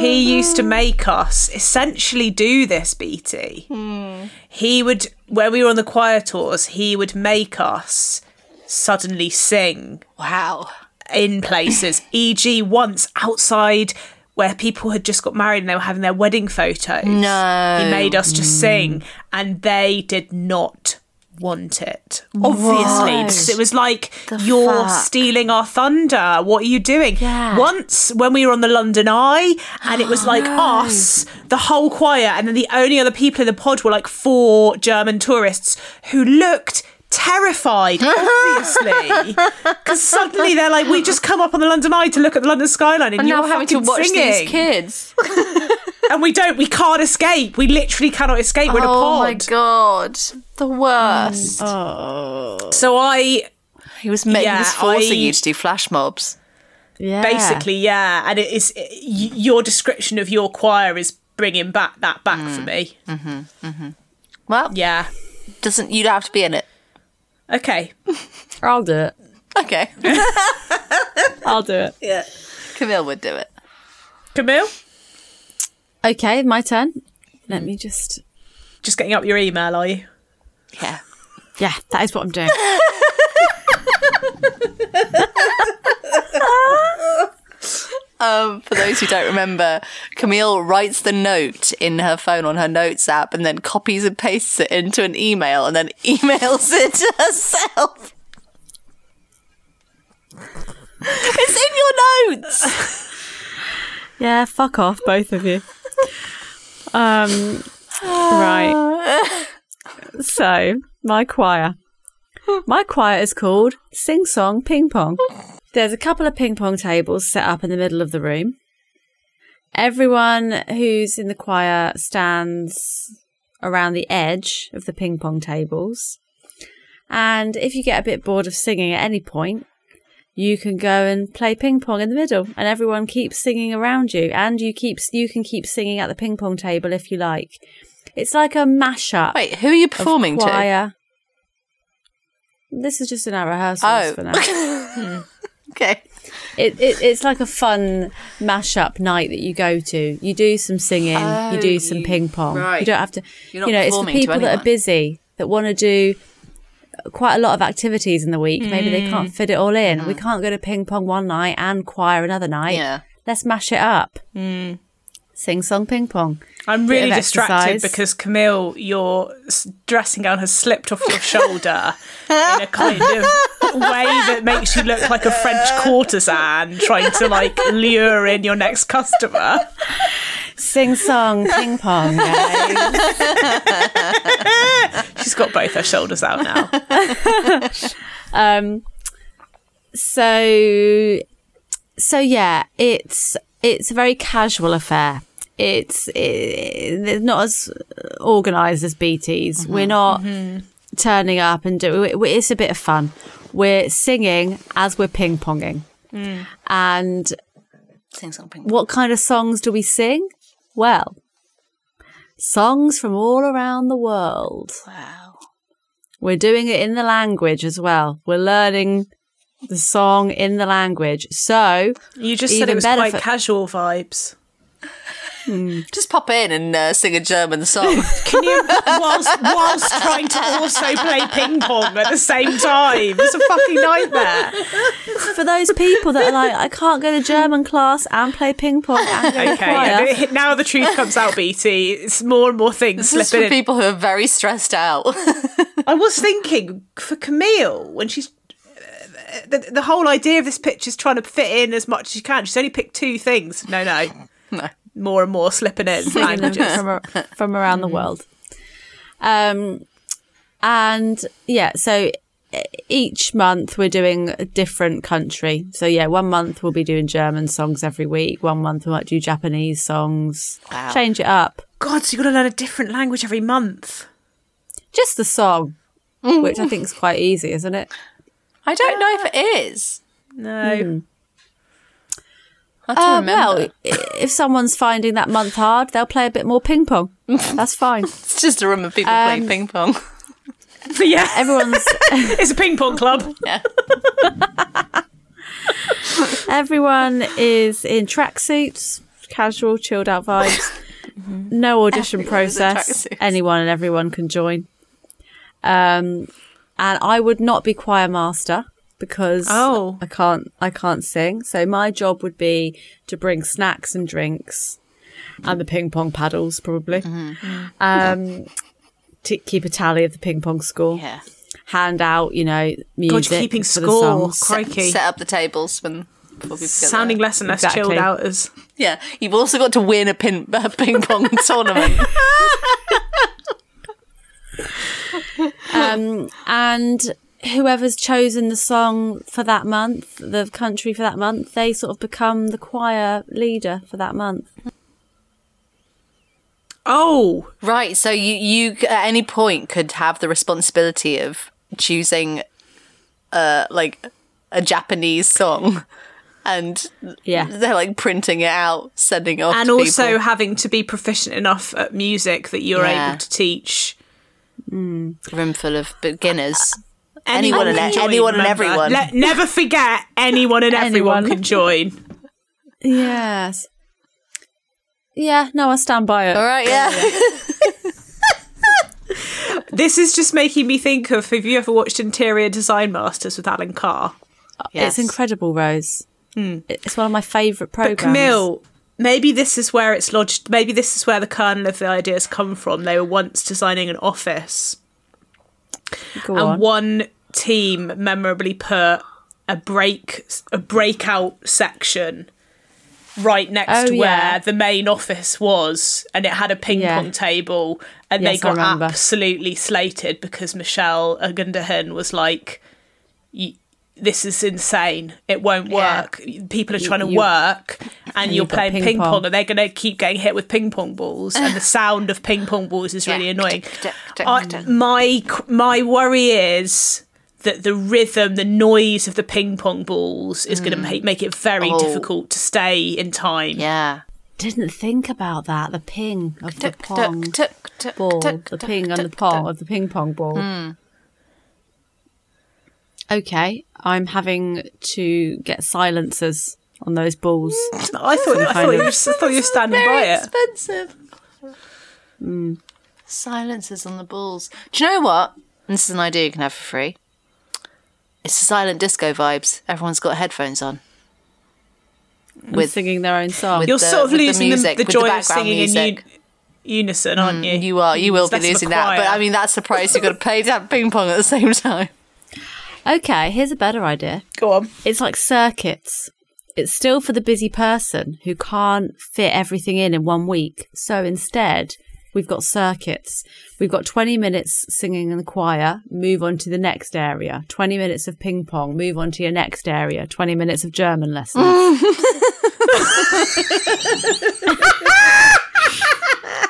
Speaker 2: he used to make us essentially do this, BT. He would when we were on the choir tours, he would make us suddenly sing
Speaker 3: Wow.
Speaker 2: in places, e.g., once outside where people had just got married and they were having their wedding photos.
Speaker 3: No.
Speaker 2: He made us
Speaker 3: Um,
Speaker 2: just sing, and they did not want it. Obviously,
Speaker 1: What?
Speaker 2: because it was like, you're
Speaker 3: fuck?
Speaker 2: stealing our thunder. What are you doing?
Speaker 1: Yeah.
Speaker 2: Once when we were on the London Eye, and it
Speaker 3: [GASPS]
Speaker 2: was like us, the whole choir, and then the only other people in the pod were like four German tourists who looked
Speaker 3: [LAUGHS]
Speaker 2: terrified, obviously. Because suddenly they're like, we just come up on the London Eye to look at the London skyline, and,
Speaker 3: I'm
Speaker 2: you're
Speaker 3: now having to
Speaker 2: fucking
Speaker 3: watch
Speaker 2: singing.
Speaker 3: these kids.
Speaker 2: And we don't, we can't escape. We literally cannot escape. We're in a
Speaker 3: oh my
Speaker 2: pod.
Speaker 3: god, the worst.
Speaker 2: Oh. So I
Speaker 3: He was making
Speaker 2: Yeah,
Speaker 3: was forcing
Speaker 2: I-
Speaker 3: you to do flash mobs.
Speaker 4: Yeah.
Speaker 2: basically yeah and it is y- your description of your choir is bringing back that back for
Speaker 3: Mm.
Speaker 2: me
Speaker 3: Well,
Speaker 2: yeah
Speaker 3: doesn't you'd have to be in it?
Speaker 2: okay
Speaker 4: I'll do it.
Speaker 3: Okay,
Speaker 4: I'll do it.
Speaker 3: [LAUGHS] Camille would do it.
Speaker 2: camille
Speaker 4: Okay, my turn. Let me just.
Speaker 2: just getting up your email are you
Speaker 3: Yeah.
Speaker 4: Yeah, that is what I'm doing.
Speaker 3: Um, for those who don't remember, Camille writes the note in her phone on her notes app and then copies and pastes it into an email and then [LAUGHS] emails it to herself. [LAUGHS] it's in your notes.
Speaker 4: [LAUGHS] yeah, fuck off, both of you. [SIGHS] Um, right. So, my choir. My choir is called Sing Song Ping Pong. There's a couple of ping pong tables set up in the middle of the room. Everyone who's in the choir stands around the edge of the ping pong tables. And if you get a bit bored of singing at any point, you can go and play ping pong in the middle and everyone keeps singing around you and you keep you can keep singing at the ping pong table if you like. It's like a mashup
Speaker 3: Wait, who are you
Speaker 4: of
Speaker 3: performing to?
Speaker 4: choir. This is just in our rehearsals for
Speaker 3: [LAUGHS]
Speaker 4: now.
Speaker 3: Oh, okay.
Speaker 4: It, it, it's like a fun mashup night that you go to. You do some singing, you do some ping pong. You
Speaker 3: Oh, right.
Speaker 4: don't have to,
Speaker 3: You're not
Speaker 4: you know, it's the
Speaker 3: performing to
Speaker 4: people that are
Speaker 3: anyone.
Speaker 4: busy that want to do quite a lot of activities in the week. Maybe they can't
Speaker 3: Mm.
Speaker 4: fit it all in. We can't go to ping pong one night and choir another night.
Speaker 3: Yeah. Mm.
Speaker 4: Let's mash it up. Sing song ping pong.
Speaker 2: i'm
Speaker 4: Bit
Speaker 2: really
Speaker 4: of
Speaker 2: distracted
Speaker 4: exercise.
Speaker 2: because camille your s- dressing gown has slipped off your shoulder in a kind of way that makes you look like a french courtesan trying to like lure in your next customer
Speaker 3: [LAUGHS]
Speaker 4: Sing song ping pong. guys.
Speaker 2: she's got both her shoulders out now
Speaker 4: um so so yeah it's it's a very casual affair it's it, it's not as organized as bt's we're not turning up and do it, it's a bit of fun we're singing as we're ping-ponging and
Speaker 3: Sing something.
Speaker 4: what kind of songs do we sing well songs from all around the world
Speaker 3: Wow.
Speaker 4: we're doing it in the language as well. We're learning the song in the language. So,
Speaker 2: you just said
Speaker 4: Even
Speaker 2: it was
Speaker 4: better
Speaker 2: quite
Speaker 4: for-
Speaker 2: casual vibes
Speaker 3: Just pop in and uh, sing a German [LAUGHS] song.
Speaker 2: Can you whilst whilst trying to also play ping pong at the same time? It's a fucking nightmare.
Speaker 4: for those people that are like, I can't go to German class and play ping pong and go to
Speaker 2: Okay,
Speaker 4: choir,"
Speaker 2: [LAUGHS] a bit- now the truth comes out, BT. It's more and more things
Speaker 3: This is for
Speaker 2: slipping in.
Speaker 3: people who are very stressed out.
Speaker 2: I was thinking for Camille when she's. The, the whole idea of this pitch is trying to fit in as much as you can. She's only picked two things. No, no.
Speaker 3: [LAUGHS] No.
Speaker 2: More and more slipping in.
Speaker 4: [LAUGHS] singing them
Speaker 2: Languages.
Speaker 4: from, ar- from around the world. Um, and yeah, so e- each month we're doing a different country. So yeah, one month we'll be doing German songs every week. One month we might do Japanese songs.
Speaker 3: Wow.
Speaker 4: Change it up.
Speaker 2: God, so you've got to learn a different language every month.
Speaker 4: Just the song,
Speaker 3: Mm-hmm.
Speaker 4: which I think is quite easy, isn't it?
Speaker 3: [LAUGHS] I don't know if it is.
Speaker 2: No.
Speaker 3: Hmm. I have to remember.
Speaker 4: Uh, well, i- if someone's finding that month hard, they'll play a bit more ping
Speaker 3: [LAUGHS]
Speaker 4: pong. That's fine.
Speaker 3: it's just a room of people playing ping pong.
Speaker 2: yeah,
Speaker 4: Everyone's
Speaker 2: it's a ping pong club.
Speaker 3: [LAUGHS] Yeah.
Speaker 4: everyone is in tracksuits, casual, chilled out vibes. No audition
Speaker 3: Everyone's in
Speaker 4: process.
Speaker 3: tracksuits.
Speaker 4: Anyone and everyone can join. Um, and I would not be choir master because
Speaker 2: Oh.
Speaker 4: I can't I can't sing. So my job would be to bring snacks and drinks and the ping pong paddles probably. Um to keep a tally of the ping pong score.
Speaker 3: Yeah.
Speaker 4: Hand out, you know,
Speaker 2: God,
Speaker 4: music.
Speaker 2: you're keeping
Speaker 4: for the
Speaker 2: score.
Speaker 4: songs.
Speaker 2: Crikey.
Speaker 3: Set up the tables when before people get
Speaker 2: Sounding
Speaker 3: there.
Speaker 2: less and less
Speaker 4: Exactly.
Speaker 2: chilled out as
Speaker 3: yeah. You've also got to win a pin a ping [LAUGHS] pong tournament.
Speaker 4: um, and whoever's chosen the song for that month, the country for that month, they sort of become the choir leader for that month.
Speaker 2: Oh,
Speaker 3: Right. So you you at any point could have the responsibility of choosing, uh, like a Japanese song, and
Speaker 4: Yeah.
Speaker 3: they're like printing it out, sending it off,
Speaker 2: and
Speaker 3: to
Speaker 2: also
Speaker 3: people.
Speaker 2: having to be proficient enough at music that you're
Speaker 3: Yeah.
Speaker 2: able to teach
Speaker 3: room full of beginners.
Speaker 2: anyone,
Speaker 3: Anyone and
Speaker 2: can
Speaker 3: e-
Speaker 2: join,
Speaker 3: anyone and
Speaker 2: remember.
Speaker 3: everyone.
Speaker 2: Let, never forget, anyone
Speaker 3: [LAUGHS]
Speaker 2: and everyone
Speaker 4: Anyone.
Speaker 2: can join.
Speaker 4: Yes. Yeah, no, I stand by it.
Speaker 3: All right. [LAUGHS] Yeah.
Speaker 2: This is just making me think of have you ever watched Interior Design Masters with Alan Carr?
Speaker 3: Yes.
Speaker 4: It's incredible, Rose. It's one of my favourite programs.
Speaker 2: Camille, maybe this is where it's lodged. Maybe this is where the kernel of the ideas come from. They were once designing an office,
Speaker 4: Go
Speaker 2: and
Speaker 4: on.
Speaker 2: one team memorably put a break a breakout section right next
Speaker 4: Oh,
Speaker 2: to where
Speaker 4: yeah.
Speaker 2: the main office was, and it had a ping
Speaker 4: Yeah.
Speaker 2: pong table, and
Speaker 4: Yes, I
Speaker 2: they got
Speaker 4: remember.
Speaker 2: absolutely slated because Michelle Agundahan was like. "Y- This is insane. It won't
Speaker 3: Yeah.
Speaker 2: work. People are trying to
Speaker 4: you-
Speaker 2: work, and, you're
Speaker 4: you've got
Speaker 2: playing
Speaker 4: ping
Speaker 2: ping, pong.
Speaker 4: pong.
Speaker 2: and they're going to keep getting hit with ping pong balls, and the sound of ping pong balls is really
Speaker 4: [LAUGHS]
Speaker 3: Yeah.
Speaker 2: annoying.
Speaker 3: Tick, tick,
Speaker 2: I-
Speaker 3: tick.
Speaker 2: my my worry is that the rhythm, the noise of the ping pong balls is going to make, make it very
Speaker 3: Hmm. Oh.
Speaker 2: difficult to stay in time.
Speaker 3: yeah.
Speaker 4: Didn't think about that. The ping of the
Speaker 3: Tuck, tuck,
Speaker 4: pong
Speaker 3: tuck, tuck,
Speaker 4: ball,
Speaker 3: tuck,
Speaker 4: the
Speaker 3: tuck,
Speaker 4: ping and the
Speaker 3: tuck,
Speaker 4: pong
Speaker 3: tuck.
Speaker 4: of the ping pong ball. Okay, I'm having to get silencers on those balls.
Speaker 2: I thought I thought you, were- I thought you were standing by
Speaker 3: Very
Speaker 2: it.
Speaker 3: expensive.
Speaker 4: Hmm.
Speaker 3: Silences on the balls. Do you know what? And this is an idea you can have for free. It's the silent disco vibes. Everyone's got headphones on.
Speaker 4: with
Speaker 3: With
Speaker 4: singing their own song.
Speaker 3: with
Speaker 2: You're
Speaker 3: the-
Speaker 2: sort of
Speaker 3: with the
Speaker 2: losing the,
Speaker 3: music,
Speaker 2: the
Speaker 3: with the
Speaker 2: joy of
Speaker 3: background
Speaker 2: singing in
Speaker 3: music. Hmm.
Speaker 2: un- unison, aren't you?
Speaker 3: You are. You will
Speaker 2: It's
Speaker 3: be
Speaker 2: less of a
Speaker 3: losing that. But
Speaker 2: choir.
Speaker 3: I mean, that's the price you've got to pay to have ping pong at the same
Speaker 4: [LAUGHS]
Speaker 3: time.
Speaker 4: Okay, here's a better idea.
Speaker 2: go on.
Speaker 4: It's like circuits. It's still for the busy person who can't fit everything in in one week. So instead, we've got circuits. We've got 20 minutes singing in the choir, move on to the next area. 20 minutes of ping pong, move on to your next area. 20 minutes of German lessons. [LAUGHS]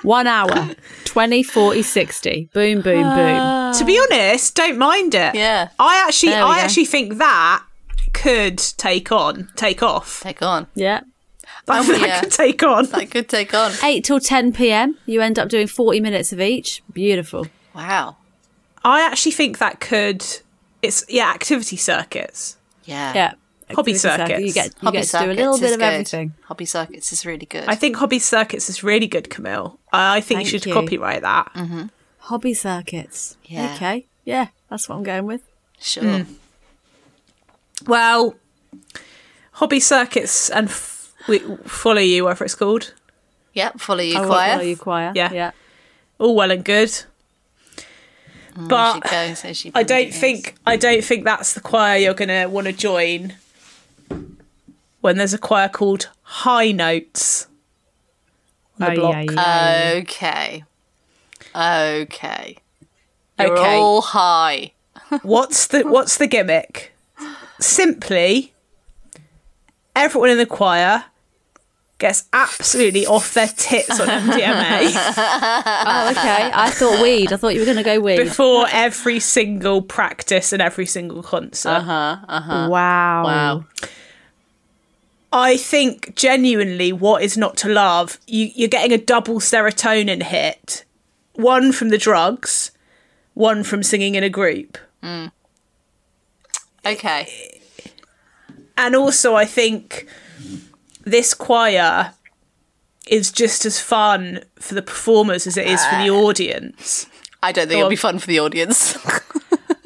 Speaker 4: one hour, 20, 40, 60. Boom, boom, boom.
Speaker 2: To be honest, don't mind it.
Speaker 3: Yeah.
Speaker 2: I actually
Speaker 4: There we
Speaker 2: I
Speaker 4: go.
Speaker 2: actually think that could take on take off. [LAUGHS]
Speaker 3: Take on.
Speaker 4: yeah.
Speaker 2: That, that
Speaker 3: Oh, yeah.
Speaker 2: could take on.
Speaker 3: That could take on.
Speaker 4: 8 till 10 p.m. You end up doing 40 minutes of each. Beautiful.
Speaker 3: Wow.
Speaker 2: I actually think that could. It's yeah, activity circuits.
Speaker 3: Yeah.
Speaker 4: Yeah.
Speaker 2: Hobby
Speaker 4: Activity circuit.
Speaker 2: circuits.
Speaker 4: You get, you
Speaker 3: Hobby
Speaker 4: get to do a little
Speaker 3: circuits
Speaker 4: bit
Speaker 3: is
Speaker 4: of
Speaker 3: good.
Speaker 4: everything.
Speaker 3: Hobby circuits is really good.
Speaker 2: I think hobby circuits is really good, Camille. I I think
Speaker 4: Thank
Speaker 2: you should
Speaker 4: you. Mm-hmm.
Speaker 2: copyright that.
Speaker 4: Hobby circuits.
Speaker 3: Yeah.
Speaker 4: Okay. Yeah. That's what I'm going with.
Speaker 3: sure.
Speaker 4: Hmm.
Speaker 2: Well, hobby circuits and f- we follow you, whatever it's called.
Speaker 3: Yeah. Follow you,
Speaker 4: I will
Speaker 3: choir.
Speaker 4: follow you choir.
Speaker 2: Yeah.
Speaker 4: Yeah.
Speaker 2: All well and good,
Speaker 4: Mm,
Speaker 3: There
Speaker 2: but
Speaker 3: she goes, there she
Speaker 2: I don't
Speaker 3: goes.
Speaker 2: think I don't think that's the choir you're going to want to join. When there's a choir called High Notes on the
Speaker 4: Aye,
Speaker 2: block,
Speaker 4: aye, aye.
Speaker 3: Okay. Okay. You're
Speaker 2: Okay.
Speaker 3: all high.
Speaker 2: What's the what's the gimmick? Simply everyone in the choir gets absolutely off their tits on MDMA
Speaker 4: oh, okay. I thought weed. I thought you were going to go weed.
Speaker 2: before every single practice and every single concert.
Speaker 4: Wow.
Speaker 3: Wow.
Speaker 2: I think genuinely what is not to love, you, you're getting a double serotonin hit. One from the drugs, one from singing in a group.
Speaker 3: Okay.
Speaker 2: and also I think this choir is just as fun for the performers as it is for the audience. [LAUGHS]
Speaker 3: I don't think it'll be fun for the audience.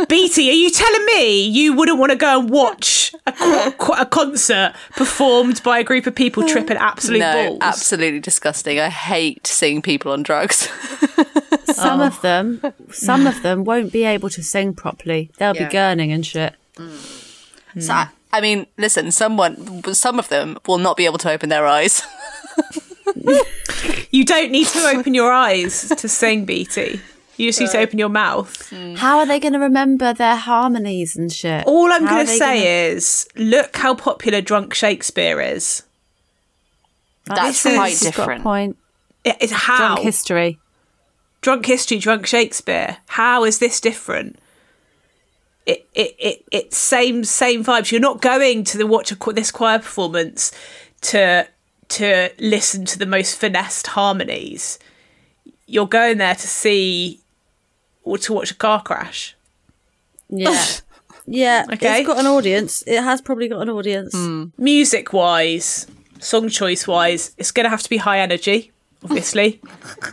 Speaker 2: Beatty, are you telling me you wouldn't want to go and watch a, co- co- a concert performed by a group of people tripping absolute
Speaker 3: no,
Speaker 2: balls?
Speaker 3: absolutely disgusting. I hate seeing people on drugs. [LAUGHS]
Speaker 4: Some of them, some of them won't be able to sing properly. They'll
Speaker 3: Yeah.
Speaker 4: be gurning and shit.
Speaker 3: So
Speaker 2: Hmm.
Speaker 3: I, I mean, listen, someone, some of them will not be able to open their eyes. [LAUGHS]
Speaker 2: You don't need to open your eyes to sing, Beatty. You just need to open your mouth.
Speaker 4: How are they going to remember their harmonies and shit?
Speaker 2: All I'm
Speaker 4: How are
Speaker 2: going to
Speaker 4: they
Speaker 2: say is look how popular drunk Shakespeare is.
Speaker 3: That's
Speaker 2: Oh, This
Speaker 3: quite
Speaker 2: is-
Speaker 4: She's got a
Speaker 3: different.
Speaker 4: point.
Speaker 2: It is how
Speaker 4: Drunk history.
Speaker 2: drunk history, drunk Shakespeare. How is this different? It it it it's same same vibes. You're not going to the watch a, cho- this choir performance to to listen to the most finessed harmonies. You're going there to see or to watch a car crash.
Speaker 4: Yeah. Yeah,
Speaker 2: Okay.
Speaker 4: it's got an audience. It has probably got an audience.
Speaker 2: Music wise, song choice wise, it's going to have to be high energy, obviously.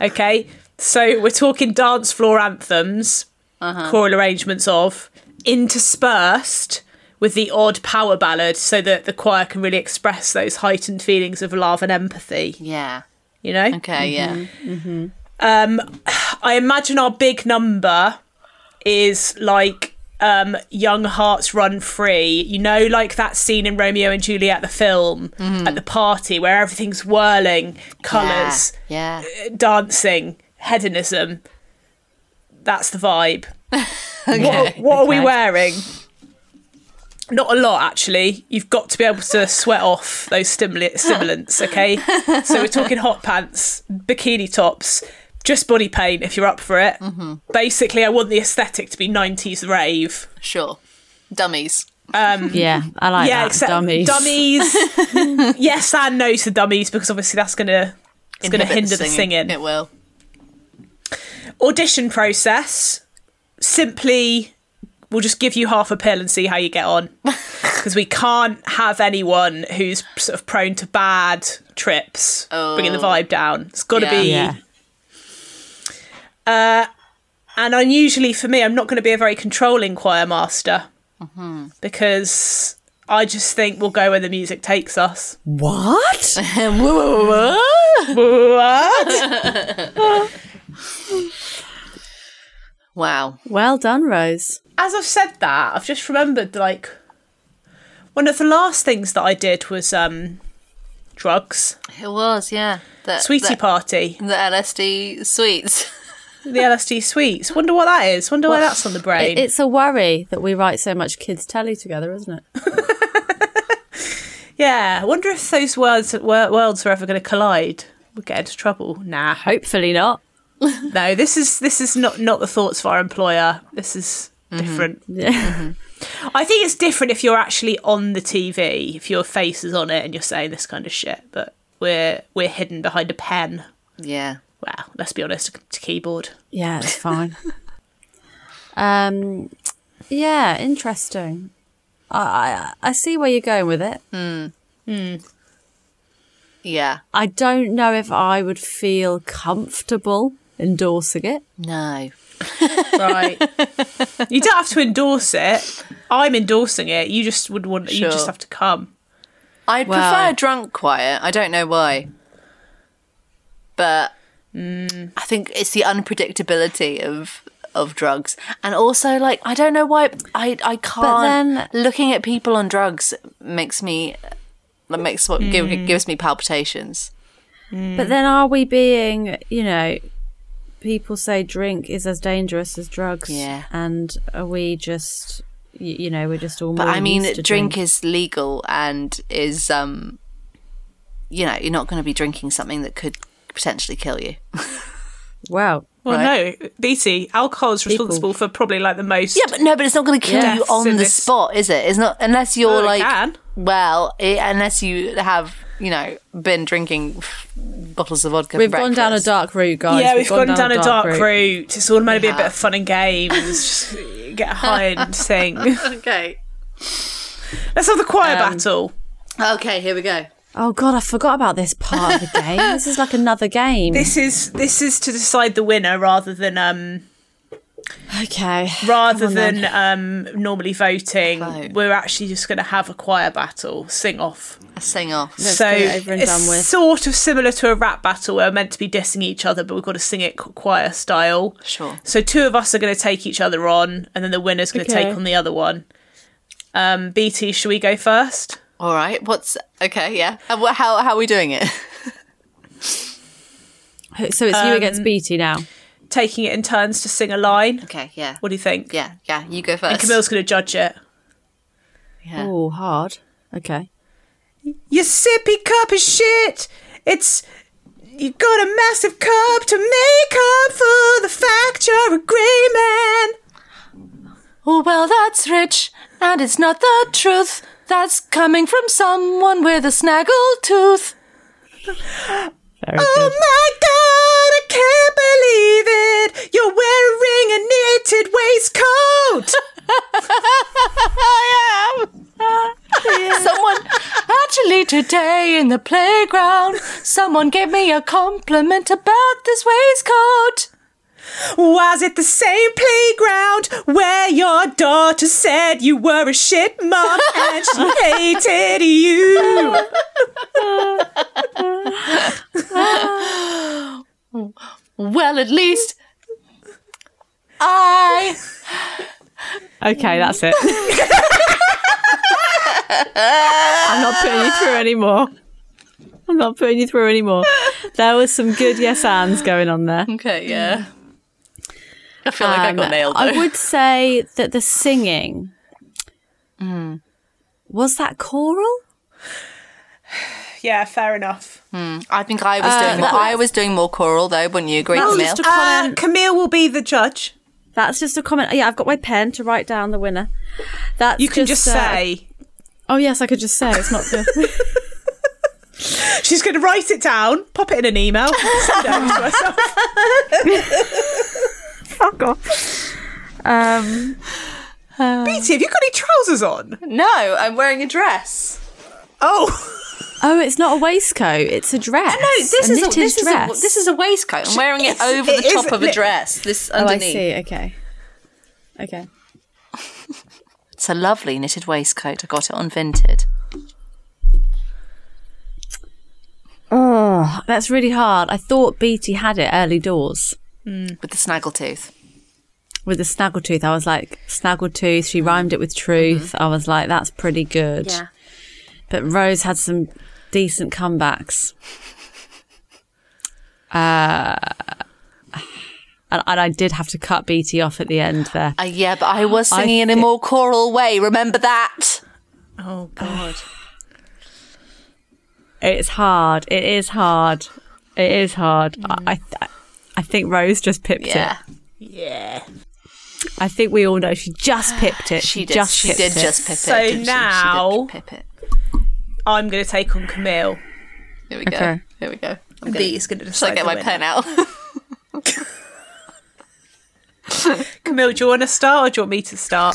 Speaker 2: okay, so we're talking dance floor anthems, choral arrangements of, interspersed with the odd power ballad so that the choir can really express those heightened feelings of love and empathy,
Speaker 3: Yeah.
Speaker 2: you know?
Speaker 3: Okay.
Speaker 2: Mm-hmm.
Speaker 3: Yeah.
Speaker 2: I imagine our big number is like um, young hearts run free. You know, like that scene in Romeo and Juliet, the film
Speaker 3: Mm-hmm.
Speaker 2: at the party where everything's whirling, colours,
Speaker 3: Yeah.
Speaker 2: Uh, dancing, hedonism. That's the
Speaker 4: [LAUGHS]
Speaker 2: vibe. What, what are we wearing? Not a lot, actually. You've got to be able to sweat off those stimuli- stimulants, okay? So we're talking hot pants, bikini tops, just body paint if you're up for it.
Speaker 4: Mm-hmm.
Speaker 2: Basically, I want the aesthetic to be 90s rave.
Speaker 3: Sure. Dummies.
Speaker 4: Yeah, I like that.
Speaker 2: except
Speaker 4: dummies. [LAUGHS]
Speaker 2: dummies. yes and no to dummies because obviously that's gonna it's gonna
Speaker 3: Inhibit
Speaker 2: hinder the singing.
Speaker 3: It will.
Speaker 2: audition process simply we'll just give you half a pill and see how you get
Speaker 4: [LAUGHS]
Speaker 2: on because we can't have anyone who's sort of prone to bad trips bringing the vibe down it's got to
Speaker 3: Yeah.
Speaker 2: be Uh,
Speaker 4: Oh. Yeah.
Speaker 2: and unusually for me i'm not going to be a very controlling choir master
Speaker 4: Mm-hmm.
Speaker 2: because i just think we'll go where the music takes us
Speaker 4: What? [LAUGHS]
Speaker 2: what
Speaker 3: Wow.
Speaker 4: Well done, Rose.
Speaker 2: as I've said that, I've just remembered like one of the last things that I did was um drugs.
Speaker 3: It was. Yeah. The,
Speaker 2: Sweetie
Speaker 3: the,
Speaker 2: party.
Speaker 3: The LSD sweets. [LAUGHS]
Speaker 2: The LSD sweets. Wonder what that is. Wonder why that's on the brain.
Speaker 4: It, it's a worry that we write so much kids telly together, isn't it?
Speaker 2: yeah. Wonder if those words wor- worlds are ever gonna collide. We'll get into trouble. Nah.
Speaker 4: Hopefully not.
Speaker 2: [LAUGHS] No, this is this is not not the thoughts of our employer. This is different.
Speaker 4: Mm-hmm.
Speaker 2: Mm-hmm.
Speaker 4: Yeah.
Speaker 2: I think it's different if you're actually on the TV, if your face is on it and you're saying this kind of shit, but we're we're hidden behind a pen.
Speaker 3: Yeah.
Speaker 2: Well, let's be honest, a c- keyboard.
Speaker 4: Yeah, [LAUGHS] it's fine. um, yeah, interesting. I, I I see where you're going with it.
Speaker 3: Yeah.
Speaker 4: I don't know if I would feel comfortable endorsing it.
Speaker 3: No.
Speaker 2: Right. [LAUGHS] you don't have to endorse it. I'm endorsing it. You just would want. You
Speaker 3: Sure.
Speaker 2: just have to come.
Speaker 3: I'd
Speaker 4: Well-
Speaker 3: prefer a drunk choir. I don't know why. But
Speaker 4: Mm.
Speaker 3: I think it's the unpredictability of of drugs. And also like I don't know why I I can't
Speaker 4: then-
Speaker 3: looking at people on drugs makes me that makes what give,
Speaker 4: Mm.
Speaker 3: gives me palpitations.
Speaker 4: But then are we being, you know, people say drink is as dangerous as drugs.
Speaker 3: Yeah.
Speaker 4: And are we just, y- you know, we're just all
Speaker 3: But
Speaker 4: more
Speaker 3: I mean
Speaker 4: used to
Speaker 3: drink, is legal and is um you know, you're not going to be drinking something that could potentially kill you.
Speaker 4: Well,
Speaker 2: Well,
Speaker 3: Right.
Speaker 2: no, BT. Alcohol is responsible for probably like the most.
Speaker 3: Yeah, but no, but it's not going to kill
Speaker 4: Yeah.
Speaker 3: you on
Speaker 2: Deaths in
Speaker 3: the
Speaker 2: this-
Speaker 3: spot, is it? It's not unless you're
Speaker 2: Well, it
Speaker 3: like
Speaker 2: can.
Speaker 3: well, it, unless you have you know been drinking f- bottles of vodka.
Speaker 4: we've
Speaker 3: for
Speaker 4: gone down a
Speaker 3: breakfast.
Speaker 4: dark route, guys.
Speaker 2: Yeah, we've Oh, gone, down, a dark, route. It's all meant to be a bit
Speaker 3: have.
Speaker 2: of fun and games. just [LAUGHS] get high and sing.
Speaker 3: Okay,
Speaker 2: Let's have the choir battle.
Speaker 3: okay, here we go.
Speaker 4: Oh, God, I forgot about this part
Speaker 2: [LAUGHS]
Speaker 4: of the game. this is like another game.
Speaker 2: This is this is to decide the winner rather than um [LAUGHS]
Speaker 4: Okay.
Speaker 2: Rather
Speaker 4: on
Speaker 2: than um, normally voting,
Speaker 3: Vote.
Speaker 2: we're actually just going to have a choir battle, sing off.
Speaker 3: A sing off.
Speaker 4: Let's
Speaker 2: so
Speaker 4: get it over and
Speaker 2: it's
Speaker 4: done with.
Speaker 2: sort of similar to a rap battle where we're meant to be dissing each other, but we've got to sing it qu- choir style.
Speaker 3: Sure.
Speaker 2: So two of us are going to take each other on, and then the winner's going to
Speaker 4: Okay.
Speaker 2: take on the other one. Um, BT, should we go first?
Speaker 3: All right. What's okay? Yeah. And what, how how are we doing it? [LAUGHS]
Speaker 4: So it's you
Speaker 2: Um,
Speaker 4: against Beatty now.
Speaker 2: Taking it in turns to sing a line.
Speaker 3: Okay. Yeah.
Speaker 2: What do you think?
Speaker 3: Yeah. Yeah. You go first.
Speaker 2: And Camille's going to judge it.
Speaker 3: Yeah.
Speaker 4: Oh, hard. Okay.
Speaker 2: Your sippy cup is shit. It's you got a massive cup to make up for the fact you're a grey man.
Speaker 3: Oh, well, that's rich, and it's not the truth. That's coming from someone with a snaggle tooth.
Speaker 4: Very
Speaker 2: Oh my god, I can't believe it. You're wearing a knitted
Speaker 4: [LAUGHS]
Speaker 2: waistcoat.
Speaker 3: I am. someone, actually, today in the playground, someone gave me a compliment about this waistcoat.
Speaker 2: Was it the same playground where your daughter said you were a shit mom and she hated you?
Speaker 3: Well, at least I.
Speaker 4: Okay, that's it. [LAUGHS] I'm not putting you through anymore. I'm not putting you through anymore. There was some good yes ands going on there.
Speaker 3: Okay, yeah. I feel like I got
Speaker 4: Um,
Speaker 3: nailed.
Speaker 4: I
Speaker 3: though.
Speaker 4: would say that the singing
Speaker 3: Mm.
Speaker 4: was that choral.
Speaker 2: Yeah, fair enough.
Speaker 3: I think I was doing. More, I was doing more choral though. Wouldn't you agree,
Speaker 4: That was
Speaker 3: Camille?
Speaker 2: Uh,
Speaker 4: just a comment.
Speaker 2: Camille will be the judge.
Speaker 3: Ah.
Speaker 4: That's just a comment. Yeah, I've got my pen to write down the winner. That's
Speaker 2: You can just,
Speaker 4: uh,
Speaker 2: say.
Speaker 4: Oh yes, I could just say it's
Speaker 3: [LAUGHS]
Speaker 4: not the.
Speaker 2: She's going to write it down, pop it in an email, send it over to herself.
Speaker 4: Fuck off. Um,
Speaker 2: Beatty, have you got any trousers on?
Speaker 3: Uh, No, I'm wearing a dress.
Speaker 2: Oh,
Speaker 4: oh, it's not a waistcoat. It's a dress.
Speaker 3: No, this
Speaker 4: a
Speaker 3: is a,
Speaker 4: knitted
Speaker 3: this
Speaker 4: dress.
Speaker 3: is a this is a waistcoat. I'm wearing
Speaker 4: [LAUGHS]
Speaker 3: it
Speaker 2: It's-
Speaker 3: over
Speaker 2: it
Speaker 3: the
Speaker 2: is
Speaker 3: top of a
Speaker 2: lit-
Speaker 3: dress. This
Speaker 4: Oh, I
Speaker 3: underneath.
Speaker 4: see. Okay. Okay.
Speaker 3: It's a lovely knitted waistcoat. I got it on Vinted.
Speaker 4: Oh, that's really hard. I thought Beatty had it early doors
Speaker 3: With the snaggletooth.
Speaker 4: with the snaggletooth. I was like, snaggletooth.
Speaker 3: Mm-hmm.
Speaker 4: She rhymed it with truth. I was like, that's pretty good. But Rose had some decent comebacks. Uh, and, and I did have to cut Beatty off at the end there.
Speaker 3: Uh, yeah, but I was singing in a
Speaker 4: thi-
Speaker 3: more choral way. Remember that. Oh God.
Speaker 4: It's hard. It is hard. It is hard. I, I, th- I think Rose just pipped
Speaker 3: yeah,
Speaker 4: it.
Speaker 2: yeah.
Speaker 4: I think we all know she just
Speaker 3: [SIGHS]
Speaker 4: pipped it.
Speaker 3: she did.
Speaker 4: Just
Speaker 3: she
Speaker 4: pipped
Speaker 3: did
Speaker 4: it.
Speaker 3: just pip it.
Speaker 2: So
Speaker 3: didn't she? She did
Speaker 2: now-
Speaker 3: pip it.
Speaker 2: I'm going to take on Camille.
Speaker 3: Here we go.
Speaker 4: Okay.
Speaker 3: Here we go. I'm gonna,
Speaker 2: Beatty's going to
Speaker 3: shall I
Speaker 2: decide. the
Speaker 3: get my
Speaker 2: winner.
Speaker 3: pen out? [LAUGHS]
Speaker 2: Camille, do you want to start or do you want me to start?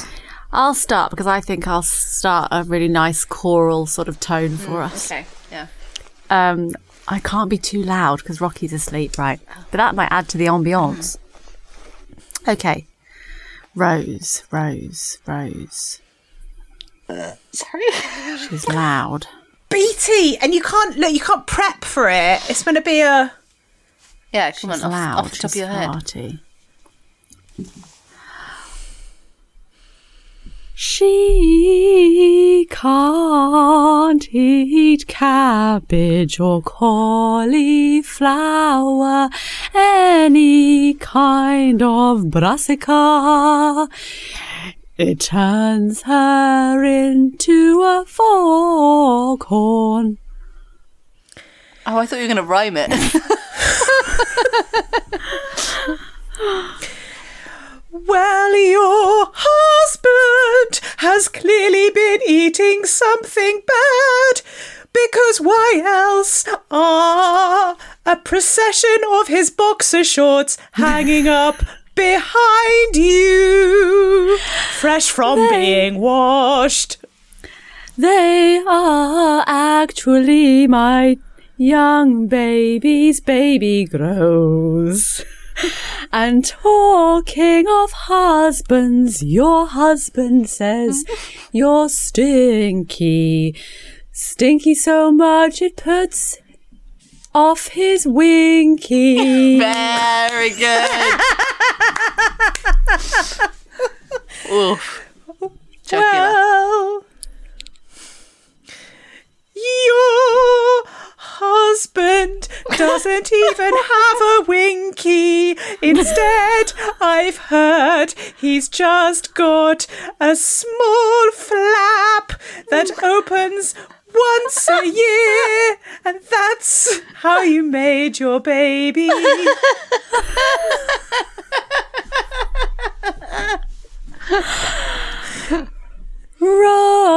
Speaker 4: I'll start because I think I'll start a really nice choral sort of tone for us.
Speaker 3: okay. Yeah.
Speaker 4: Um, I can't be too loud because Rocky's asleep, right? But that might add to the ambiance. Okay. Rose, Rose, Rose.
Speaker 3: Sorry.
Speaker 4: She's loud.
Speaker 2: Beatty, and you can't look. You can't prep for it. It's going to be a.
Speaker 3: Yeah. Come
Speaker 4: She's
Speaker 3: on. Off,
Speaker 4: loud.
Speaker 3: off the top of
Speaker 4: She's
Speaker 3: your head.
Speaker 4: hearty. She can't eat cabbage or cauliflower, any kind of brassica. It turns her into a foghorn.
Speaker 3: Oh, I thought you were going to rhyme it. [LAUGHS]
Speaker 2: Well, your husband has clearly been eating something bad. Because why else are a procession of his boxer shorts hanging up behind you, fresh from being washed?
Speaker 4: They are actually my young baby's baby grows. [LAUGHS] And talking of husbands, your husband says you're stinky. Stinky so much it puts off his
Speaker 3: [LAUGHS]
Speaker 4: winky.
Speaker 3: Very good. Oof. Joking.
Speaker 2: well. Your husband doesn't even have a winky. Instead, I've heard he's just got a small flap that opens once a year, and that's how you made your baby.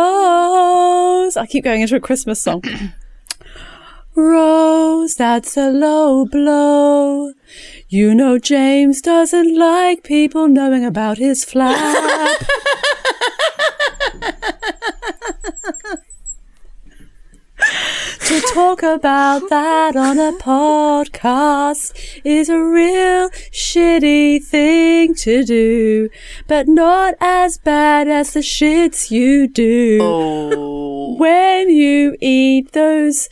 Speaker 4: Rose. I keep going into a Christmas song. [CLEARS THROAT] Rose, that's a low blow. You know, James doesn't like people knowing about his flap. to talk about that on a podcast is a real shitty thing to do, but not as bad as the shits you do when you eat those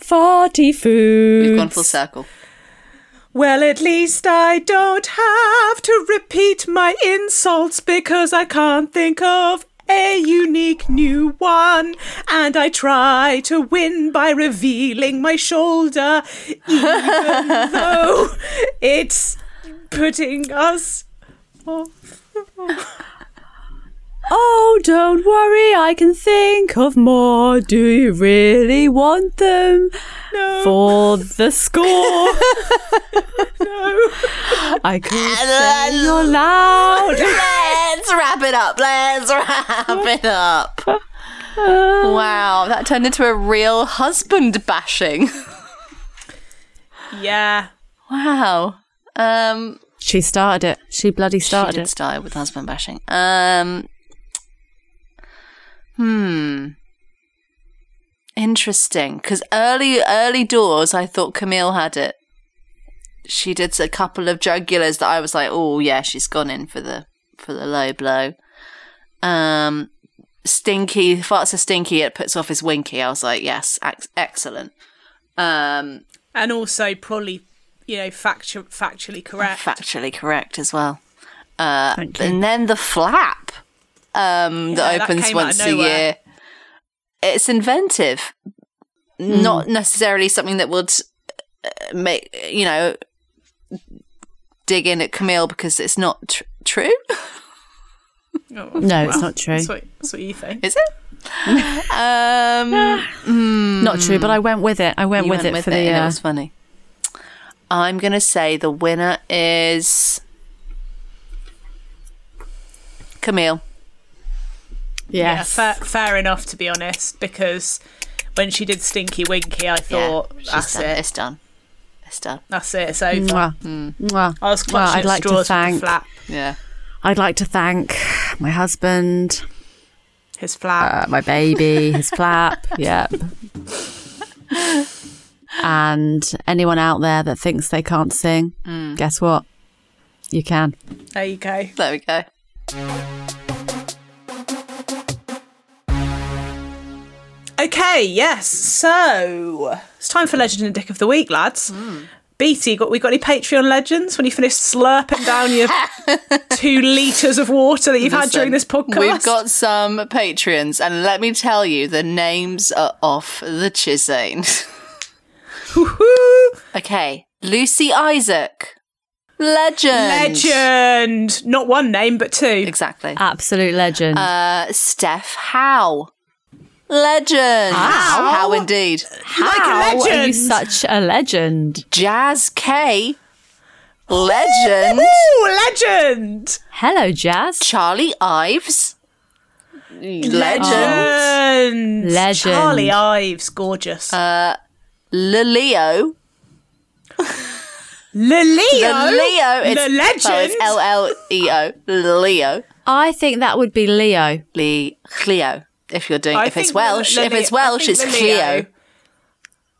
Speaker 4: farty foods.
Speaker 3: We've gone full circle.
Speaker 2: Well, at least I don't have to repeat my insults because I can't think of a unique new one. And I try to win by revealing my shoulder, [LAUGHS] even though it's putting us.
Speaker 4: Oh, don't worry, I can think of more. Do you really want them?
Speaker 2: No.
Speaker 4: For the score. no. I could say you're loud.
Speaker 3: Let's wrap it up. Let's wrap it up. Wow, that turned into a real husband bashing.
Speaker 2: Yeah.
Speaker 3: Wow. Um,
Speaker 4: She started it. She bloody
Speaker 3: she
Speaker 4: started
Speaker 3: did
Speaker 4: it.
Speaker 3: start with husband bashing. Um, hmm. Interesting, because early early doors, I thought Camille had it. She did a couple of jugulars that I was like, oh yeah, she's gone in for the for the low blow. Um, stinky farts a stinky, it puts off his winky. I was like, yes, ex- excellent. Um,
Speaker 2: And also, probably, you know, factu- factually correct.
Speaker 3: factually correct as well. Uh, And then the flap um, that
Speaker 2: that
Speaker 3: opens
Speaker 2: came out of
Speaker 3: once a
Speaker 2: nowhere.
Speaker 3: year. It's inventive, not necessarily something that would uh, make you know dig in at Camille because it's not tr- true, [LAUGHS]
Speaker 2: no,
Speaker 4: No, it's not true.
Speaker 2: That's what, that's what you think.
Speaker 3: is it? um,
Speaker 4: Not true, but I went with it. I went
Speaker 3: you
Speaker 4: with
Speaker 3: went
Speaker 4: it for the.
Speaker 3: and it
Speaker 4: Uh,
Speaker 3: was funny. I'm gonna say the winner is Camille.
Speaker 6: Yes.
Speaker 2: Yeah, fair, fair enough, to be honest, because when she did Stinky Winky, I thought,
Speaker 3: she's
Speaker 2: that's
Speaker 3: done.
Speaker 2: it.
Speaker 3: It's done. It's done.
Speaker 2: That's it. It's over.
Speaker 4: mwah, mwah.
Speaker 2: I was
Speaker 4: Mwah.
Speaker 2: clutching
Speaker 4: I'd
Speaker 2: at
Speaker 4: like
Speaker 2: straws
Speaker 4: to
Speaker 2: with the
Speaker 4: thank.
Speaker 2: flap.
Speaker 3: Yeah.
Speaker 4: I'd like to thank my husband,
Speaker 2: His flap.
Speaker 4: uh, my baby, his [LAUGHS] flap. Yep. And anyone out there that thinks they can't sing, guess what? You can.
Speaker 2: there you go.
Speaker 3: There we go.
Speaker 2: Okay, yes. So it's time for Legend and Dick of the Week, lads.
Speaker 4: Hmm.
Speaker 2: Beatty, got we got any Patreon legends when you finish slurping down
Speaker 4: [LAUGHS]
Speaker 2: your two litres of water that you've had during this podcast?
Speaker 3: We've got some patrons, and let me tell you, the names are off the chisane. [LAUGHS]
Speaker 2: Woohoo!
Speaker 3: okay, Lucy Isaac, legend,
Speaker 2: legend. Not one name, but two.
Speaker 3: exactly.
Speaker 4: Absolute legend.
Speaker 3: Uh, Steph Howe, legend, How Howe indeed.
Speaker 2: Like a
Speaker 4: How are you
Speaker 2: legend.
Speaker 4: such a legend?
Speaker 3: Jazz K, legend.
Speaker 2: Ooh, legend.
Speaker 4: Hello, Jazz.
Speaker 3: Charlie Ives, legend. Oh,
Speaker 2: Legend.
Speaker 4: Legend.
Speaker 2: Charlie Ives, gorgeous.
Speaker 3: Uh, Lilio.
Speaker 2: Lelio.
Speaker 3: The Leo. It's,
Speaker 2: the legend.
Speaker 3: L L E O. Leo.
Speaker 4: I think that would be Leo.
Speaker 3: Lee. Cleo. If you're doing,
Speaker 2: I
Speaker 3: if it's
Speaker 2: think
Speaker 3: Welsh,
Speaker 2: the- the
Speaker 3: if it's
Speaker 2: Leo- I
Speaker 3: Welsh,
Speaker 2: think
Speaker 3: it's
Speaker 2: the
Speaker 3: Cleo.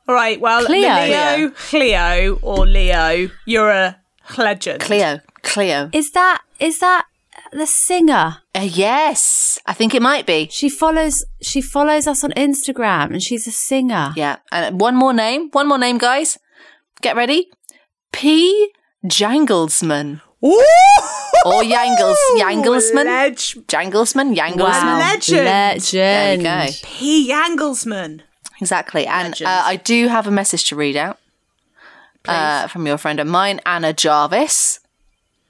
Speaker 2: All right, well,
Speaker 4: Cleo.
Speaker 2: Leo, Cleo, or Leo, you're a Legend.
Speaker 3: Cleo. Cleo.
Speaker 1: Is that is that the singer?
Speaker 3: Uh, yes, I think it might be.
Speaker 1: She follows she follows us on Instagram and she's a singer.
Speaker 3: Yeah. And one more name. One more name, guys. Get ready. P. Janglesman.
Speaker 2: Ooh!
Speaker 3: Or Yangles- Yanglesman?
Speaker 2: Ledge.
Speaker 3: Janglesman? Yanglesman?
Speaker 2: legend.
Speaker 3: There
Speaker 1: Legend.
Speaker 3: you go.
Speaker 2: P. Yanglesman.
Speaker 3: Exactly. And
Speaker 2: Legend.
Speaker 3: uh, I do have a message to read out uh, from your friend of mine, Anna Jarvis.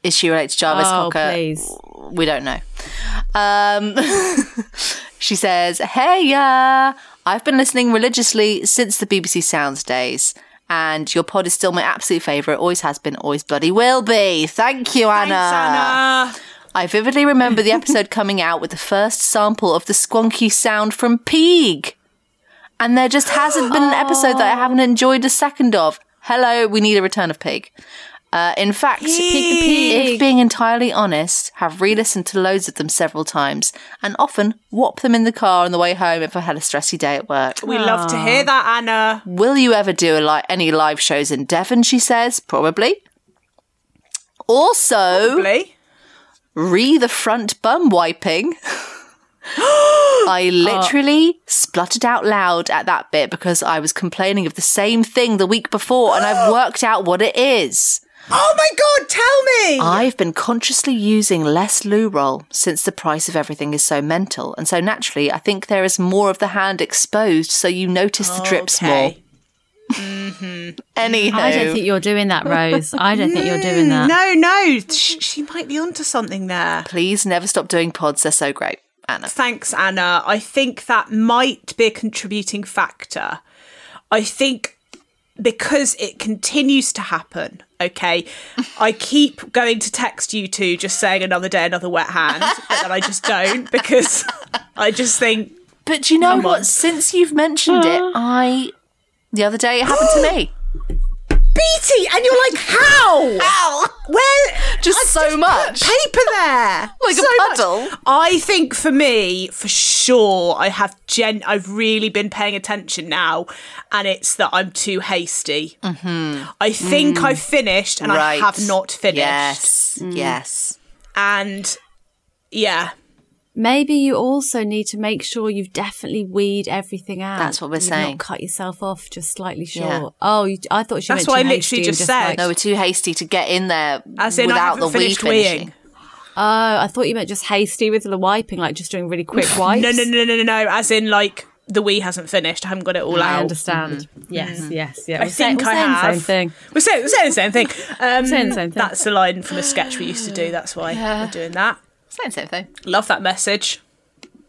Speaker 3: Is she related to Jarvis
Speaker 4: Oh,
Speaker 3: Cocker?
Speaker 4: please.
Speaker 3: We don't know. Um, [LAUGHS] she says, Hey, yeah, I've been listening religiously since the BBC Sounds days. And your pod is still my absolute favourite. Always has been, always bloody will be. Thank you,
Speaker 2: Thanks, Anna.
Speaker 3: I vividly remember the episode coming out with the first sample of the squonky sound from Peeg. And there just hasn't been an episode that I haven't enjoyed a second of. Hello, we need a return of Pig. Uh, in fact,
Speaker 2: Pig the
Speaker 3: if being entirely honest, have re listened to loads of them several times and often whop them in the car on the way home if I had a stressy day at work.
Speaker 2: We love to
Speaker 3: Ah.
Speaker 2: hear that, Anna.
Speaker 3: Will you ever do a li- any live shows in Devon? She says, probably. Also,
Speaker 2: Probably.
Speaker 3: re the front bum [GASPS] wiping. I literally spluttered out loud at that bit because I was complaining of the same thing the week before and [GASPS] I've worked out what it is.
Speaker 2: Oh my god, tell me!
Speaker 3: I've been consciously using less loo roll since the price of everything is so mental. And so naturally, I think there is more of the hand exposed so you notice the drips more.
Speaker 2: Okay.
Speaker 3: Anyhow.
Speaker 4: I don't think you're doing that, Rose. I don't think you're doing [LAUGHS] that.
Speaker 2: No, no, she, she might be onto something there.
Speaker 3: Please never stop doing pods. They're so great. Anna.
Speaker 2: Thanks, Anna. I think that might be a contributing factor. I think because it continues to happen, [LAUGHS] okay, I keep going to text you two just saying another day, another wet [LAUGHS] hand, but then I just don't because I just think
Speaker 3: But do you know
Speaker 2: Come
Speaker 3: what?
Speaker 2: on.
Speaker 3: Since you've mentioned [GASPS] it, I the other day it happened to me.
Speaker 2: Beatty, and you're like, how?
Speaker 3: Ow!
Speaker 2: Where?
Speaker 3: Just so much.
Speaker 2: paper there,
Speaker 3: [LAUGHS] Like a
Speaker 2: much.
Speaker 3: puddle.
Speaker 2: I think for me, for sure, I have gen. I've really been paying attention now, and it's that I'm too hasty. I think I've finished, and
Speaker 3: Mm-hmm. Mm. Right.
Speaker 2: I have not finished.
Speaker 3: Yes. Yes.
Speaker 2: And yeah,
Speaker 4: Maybe you also need to make sure you've definitely weed everything out.
Speaker 3: That's what we're
Speaker 4: You've
Speaker 3: saying.
Speaker 4: Not cut yourself off just slightly short.
Speaker 3: Yeah.
Speaker 4: Oh, you, I thought she.
Speaker 2: That's
Speaker 4: meant
Speaker 2: what
Speaker 4: too
Speaker 2: I literally
Speaker 4: hasty and
Speaker 2: just said.
Speaker 4: like-
Speaker 3: No, we're too hasty to get in there
Speaker 2: as in I
Speaker 3: without
Speaker 2: haven't
Speaker 3: the wee
Speaker 2: finished
Speaker 3: finishing.
Speaker 2: weeing.
Speaker 4: oh, I thought you meant just hasty with the wiping, like just doing really quick wipes.
Speaker 2: [LAUGHS] No, no, no, no, no, no. As in like the wee hasn't finished. I haven't got it all
Speaker 4: I
Speaker 2: out.
Speaker 4: understand.
Speaker 2: Mm-hmm.
Speaker 4: Yes, yes, yeah.
Speaker 2: I
Speaker 4: We're saying-
Speaker 2: think
Speaker 4: we're
Speaker 2: I
Speaker 4: saying the
Speaker 2: have.
Speaker 4: Same thing.
Speaker 2: We're saying, we're saying the same
Speaker 3: [LAUGHS]
Speaker 2: thing. Um,
Speaker 4: Saying the same thing.
Speaker 2: That's the line from a sketch we used to do. That's why we're doing that.
Speaker 3: Same, same thing.
Speaker 2: Love that message.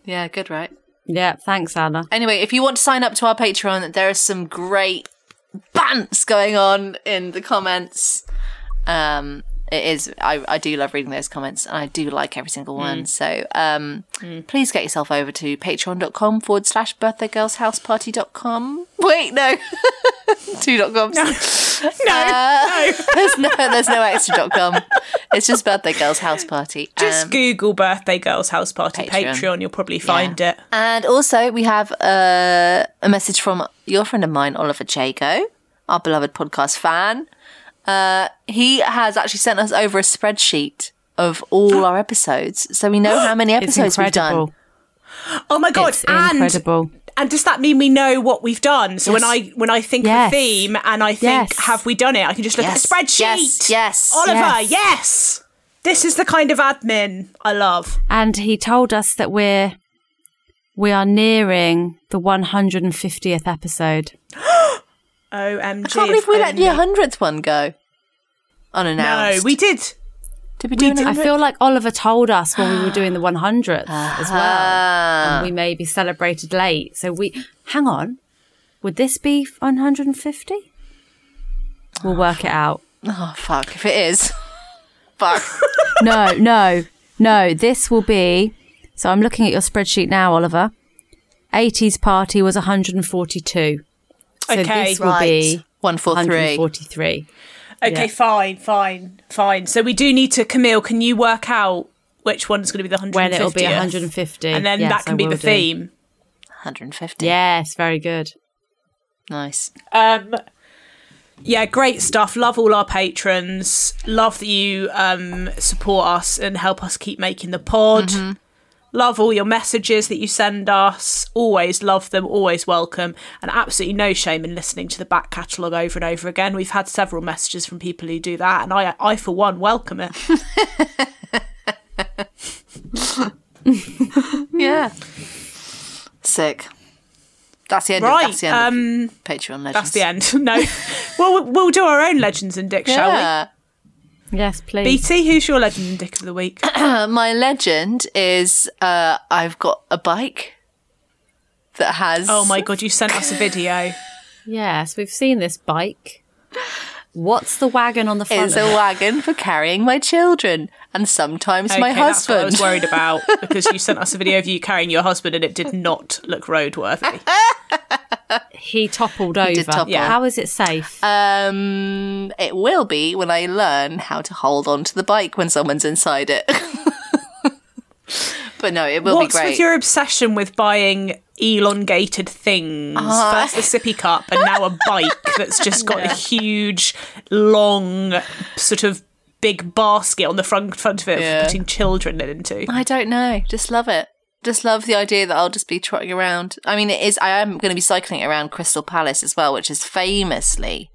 Speaker 3: Yeah, good, right?
Speaker 4: Yeah. Thanks, Anna.
Speaker 3: Anyway, if you want to sign up to our Patreon, there is some great bants going on in the comments. Um, it is. I, I do love reading those comments, and I do like every single one. So um, please get yourself over to patreon.com forward slash birthdaygirlshouseparty.com. Wait, no. [LAUGHS] Two dot coms.
Speaker 2: No,
Speaker 3: There's [LAUGHS] no, there's no extra dot com. It's just birthday girls house party.
Speaker 2: just
Speaker 3: Um,
Speaker 2: Google birthday girls house party
Speaker 3: Patreon.
Speaker 2: Patreon. You'll probably find it.
Speaker 3: And also, we have uh, a message from your friend of mine, Oliver Jago, our beloved podcast fan. Uh, he has actually sent us over a spreadsheet of all our episodes, so we know how many
Speaker 4: It's
Speaker 3: episodes we've
Speaker 4: incredible.
Speaker 3: done.
Speaker 2: Oh my god!
Speaker 4: It's
Speaker 2: And
Speaker 4: incredible.
Speaker 2: and does that mean we know what we've done? So when
Speaker 3: Yes.
Speaker 2: I when I think
Speaker 4: Yes.
Speaker 2: of a theme and I think
Speaker 4: Yes.
Speaker 2: have we done it? I can just look
Speaker 3: Yes.
Speaker 2: at the spreadsheet.
Speaker 3: Yes. Yes.
Speaker 2: Oliver.
Speaker 4: Yes.
Speaker 2: Yes. This is the kind of admin I love.
Speaker 4: And he told us that we're we are nearing the 150th episode.
Speaker 2: Omg!
Speaker 3: I can't believe we let the hundredth one go
Speaker 2: No,
Speaker 3: unannounced.
Speaker 2: we did.
Speaker 3: did we do an
Speaker 4: I feel like Oliver told us when we
Speaker 2: [GASPS]
Speaker 4: were doing the 100th as well.
Speaker 3: Ah.
Speaker 2: Uh-huh.
Speaker 4: And we maybe celebrated late. So we, hang on, would this be 150? We'll work it out.
Speaker 3: Oh fuck! If it is, [LAUGHS] fuck.
Speaker 4: No, [LAUGHS] no, no, this will be. So I'm looking at your spreadsheet now, Oliver. 80s party was 142. So
Speaker 2: Okay,
Speaker 4: this will be
Speaker 3: one four three.
Speaker 4: 143.
Speaker 2: Okay,
Speaker 4: Yeah.
Speaker 2: fine, fine, fine. So we do need to, Camille. Can you work out which one's going to be the 150th?
Speaker 4: When it'll be 150.
Speaker 2: and then
Speaker 4: Yes,
Speaker 2: that
Speaker 4: I
Speaker 2: can be
Speaker 4: will
Speaker 2: the
Speaker 4: do.
Speaker 2: theme.
Speaker 3: One hundred and fifty.
Speaker 4: Yes, very good.
Speaker 3: nice.
Speaker 2: Um, yeah, great stuff. Love all our patrons. Love that you um, support us and help us keep making the pod.
Speaker 4: Mm-hmm.
Speaker 2: Love all your messages that you send us. Always love them, always welcome, and absolutely no shame in listening to the back catalogue over and over again. We've had several messages from people who do that, and I, I for one, welcome
Speaker 4: [LAUGHS]
Speaker 2: it.
Speaker 3: Yeah. Sick. That's the end. Of, that's the end.
Speaker 2: Right, um,
Speaker 3: of Patreon legends.
Speaker 2: That's the end. [LAUGHS] No, well, we'll do our own legends and dick, shall we?
Speaker 3: Yeah.
Speaker 4: Yes, please.
Speaker 2: BT, who's your legend and dick of the week?
Speaker 3: [LAUGHS] Uh, my legend is uh, I've got a bike that has.
Speaker 2: Oh my god, you sent us a video.
Speaker 4: Yes, we've seen this bike. What's the wagon on the front?
Speaker 3: Is
Speaker 4: of
Speaker 3: a
Speaker 4: it?
Speaker 3: wagon for carrying my children and sometimes my
Speaker 2: Okay, that's what I
Speaker 3: husband.
Speaker 2: was worried
Speaker 3: [LAUGHS]
Speaker 2: about because you sent us a video of you carrying your husband, and it did not look
Speaker 3: [LAUGHS]
Speaker 2: roadworthy.
Speaker 4: He toppled over.
Speaker 3: did topple. Uh,
Speaker 2: Yeah.
Speaker 4: How is it safe?
Speaker 3: Um, it will be when I learn how to hold onto the bike when someone's inside it. [LAUGHS] but no, it will
Speaker 2: What's
Speaker 3: be
Speaker 2: with
Speaker 3: great.
Speaker 2: your obsession with buying elongated things?
Speaker 3: Uh-huh.
Speaker 2: First the sippy cup, and now a bike that's just got a huge, long, sort of big basket on the front front of it
Speaker 3: Yeah.
Speaker 2: for putting children into.
Speaker 3: I don't know. Just love it. Just love the idea that I'll just be trotting around. I mean, it is. I am going to be cycling around Crystal Palace as well, which is famously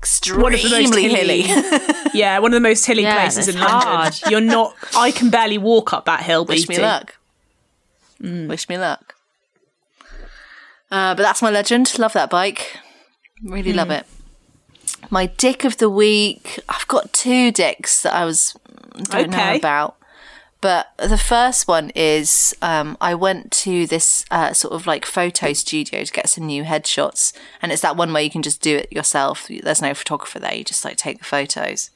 Speaker 3: extremely
Speaker 2: One of the most hilly,
Speaker 3: hilly.
Speaker 2: [LAUGHS] yeah, one of the most hilly
Speaker 4: Yeah,
Speaker 2: places
Speaker 4: that's
Speaker 2: in London.
Speaker 4: hard.
Speaker 2: [LAUGHS] You're not. I can barely walk up that hill.
Speaker 3: Wish me
Speaker 2: BT.
Speaker 3: luck. Mm, Wish me luck. Uh, but that's my legend. Love that bike. Really
Speaker 2: Hmm.
Speaker 3: love it. My dick of the week. I've got two dicks that I was don't know
Speaker 2: Okay.
Speaker 3: about. But the first one is um, I went to this uh, sort of like photo studio to get some new headshots, and it's that one where you can just do it yourself. There's no photographer there; you just like take the photos.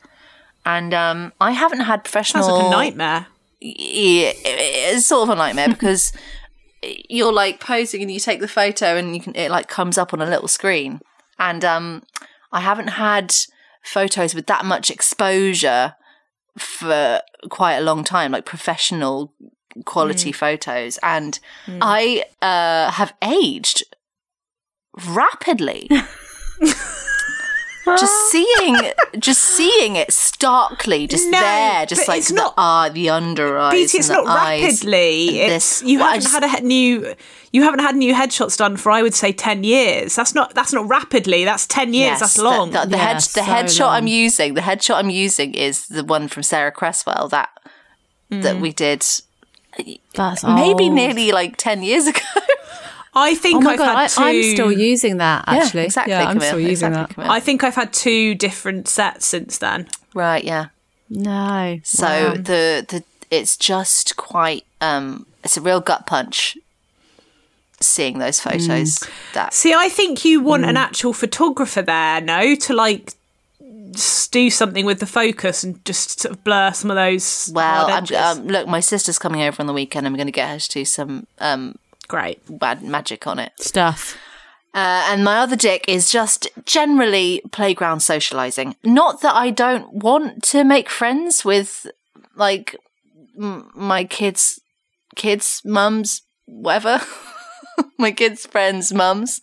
Speaker 3: And um, I haven't had professional
Speaker 2: Sounds like a nightmare.
Speaker 3: yeah, it's sort of a nightmare because [LAUGHS] you're like posing and you take the photo and you can it like comes up on a little screen and um I haven't had photos with that much exposure for quite a long time like professional quality
Speaker 2: Mm.
Speaker 3: photos and I uh have aged
Speaker 2: [LAUGHS]
Speaker 3: rapidly just seeing just seeing it starkly just
Speaker 2: No,
Speaker 3: there just
Speaker 2: but
Speaker 3: like
Speaker 2: it's
Speaker 3: the
Speaker 2: not-
Speaker 3: eye the under eyes
Speaker 2: Beatty, it's
Speaker 3: and the
Speaker 2: not
Speaker 3: eyes.
Speaker 2: rapidly. It's
Speaker 3: this-
Speaker 2: you
Speaker 3: well, I
Speaker 2: haven't
Speaker 3: just-
Speaker 2: had a he- new you haven't had new headshots done for I would say ten years. That's not that's not rapidly. That's ten years. that's
Speaker 3: the-
Speaker 2: long.
Speaker 3: The, the
Speaker 4: Yeah,
Speaker 3: head, the
Speaker 4: so
Speaker 3: headshot I'm
Speaker 4: long.
Speaker 3: using, the headshot I'm using is the one from Sarah Cresswell that that
Speaker 4: Mm.
Speaker 3: we did
Speaker 4: That's
Speaker 3: maybe
Speaker 4: old.
Speaker 3: nearly like ten years [LAUGHS] ago.
Speaker 2: I
Speaker 4: Oh
Speaker 2: think
Speaker 4: my
Speaker 2: I've
Speaker 4: god, I,
Speaker 2: had two.
Speaker 4: I'm still using that. Actually,
Speaker 3: yeah, exactly.
Speaker 4: I'm
Speaker 3: Camille,
Speaker 4: still using
Speaker 3: exactly,
Speaker 4: that.
Speaker 3: Camille.
Speaker 2: I think I've had two different sets since then.
Speaker 3: Right, yeah.
Speaker 4: No,
Speaker 3: So the the it's just quite um it's a real gut punch seeing those
Speaker 4: Mm.
Speaker 3: photos. That
Speaker 2: See, I think you want an actual photographer there, no, to like s- do something with the focus and just sort of blur some of those.
Speaker 3: well,
Speaker 2: hard
Speaker 3: I'm,
Speaker 2: edges.
Speaker 3: um, look, my sister's coming over on the weekend. I'm going to get her to do some um
Speaker 2: great.
Speaker 3: bad magic on it.
Speaker 4: stuff.
Speaker 3: Uh, and my other dick is just generally playground socializing. Not that I don't want to make friends with like m- my kids, kids, mums, whatever, [LAUGHS] my kids' friends, mums.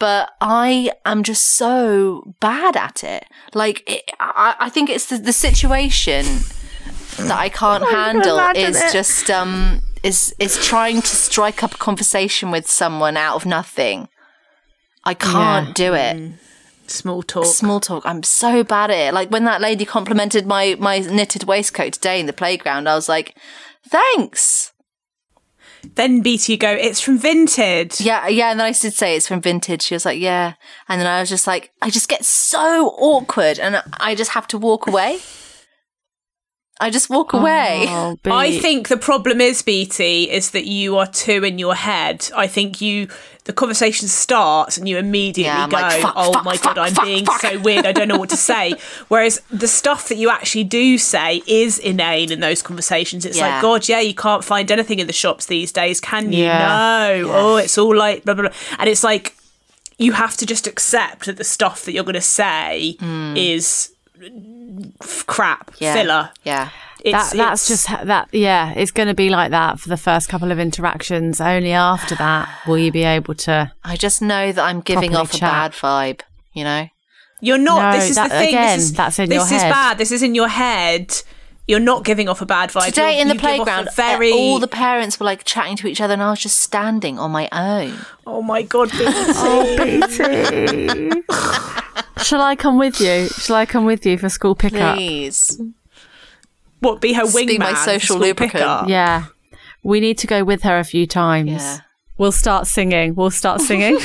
Speaker 3: But I am just so bad at it. Like it, I, I think it's the, the situation that I can't handle is just um is is trying to strike up a conversation with someone out of nothing. I can't do it.
Speaker 2: Mm. Small talk.
Speaker 3: Small talk. I'm so bad at it. Like when that lady complimented my my knitted waistcoat today in the playground, I was like, "Thanks."
Speaker 2: then BT go. It's from Vinted.
Speaker 3: Yeah, yeah. And then I did say it's from vintage. She was like, "Yeah." And then I was just like, I just get so awkward, and I just have to walk away. I just walk away.
Speaker 4: Oh,
Speaker 2: I
Speaker 4: be-
Speaker 2: think the problem is, BT, is that you are too in your head. I think you, the conversation starts and you immediately
Speaker 3: Yeah, I'm
Speaker 2: go,
Speaker 3: like, fuck,
Speaker 2: oh
Speaker 3: fuck,
Speaker 2: my
Speaker 3: fuck,
Speaker 2: God, I'm
Speaker 3: fuck,
Speaker 2: being
Speaker 3: fuck."
Speaker 2: so weird. I don't know what to
Speaker 3: [LAUGHS]
Speaker 2: say. Whereas the stuff that you actually do say is inane in those conversations. It's
Speaker 3: Yeah.
Speaker 2: like, God, yeah, you can't find anything in the shops these days, can you?
Speaker 4: Yeah.
Speaker 2: No. Oh, it's all like, blah, blah, blah. And it's like, you have to just accept that the stuff that you're going to say is f- crap,
Speaker 3: Mm. Yeah.
Speaker 2: filler.
Speaker 3: Yeah.
Speaker 2: It's,
Speaker 4: that,
Speaker 2: it's-
Speaker 4: that's just ha- that. Yeah, it's going to be like that for the first couple of interactions. Only after that will you be able to.
Speaker 3: I just know that I'm giving
Speaker 4: Properly
Speaker 3: off a
Speaker 4: chat.
Speaker 3: bad vibe. You know.
Speaker 2: You're not.
Speaker 4: No,
Speaker 2: this is
Speaker 4: that-
Speaker 2: the thing.
Speaker 4: again,
Speaker 2: this is,
Speaker 4: that's in
Speaker 2: this
Speaker 4: your
Speaker 2: is
Speaker 4: head.
Speaker 2: bad. This is in your head. You're not giving off a bad vibe.
Speaker 3: Today
Speaker 2: You're-
Speaker 3: in the
Speaker 2: you give off a
Speaker 3: playground, uh,
Speaker 2: very.
Speaker 3: all the parents were like chatting to each other, and I was just standing on my own.
Speaker 2: oh my god, Beatrice.
Speaker 4: Shall I come with you? Shall I come with you for school pickup?
Speaker 3: Please,
Speaker 2: [LAUGHS] what be her wingman?
Speaker 3: be my
Speaker 2: for
Speaker 3: social
Speaker 2: school
Speaker 3: lubricant.
Speaker 2: pickup?
Speaker 4: Yeah. We need to go with her a few times.
Speaker 3: yeah,
Speaker 4: We'll start singing. We'll
Speaker 3: [LAUGHS]
Speaker 4: start singing.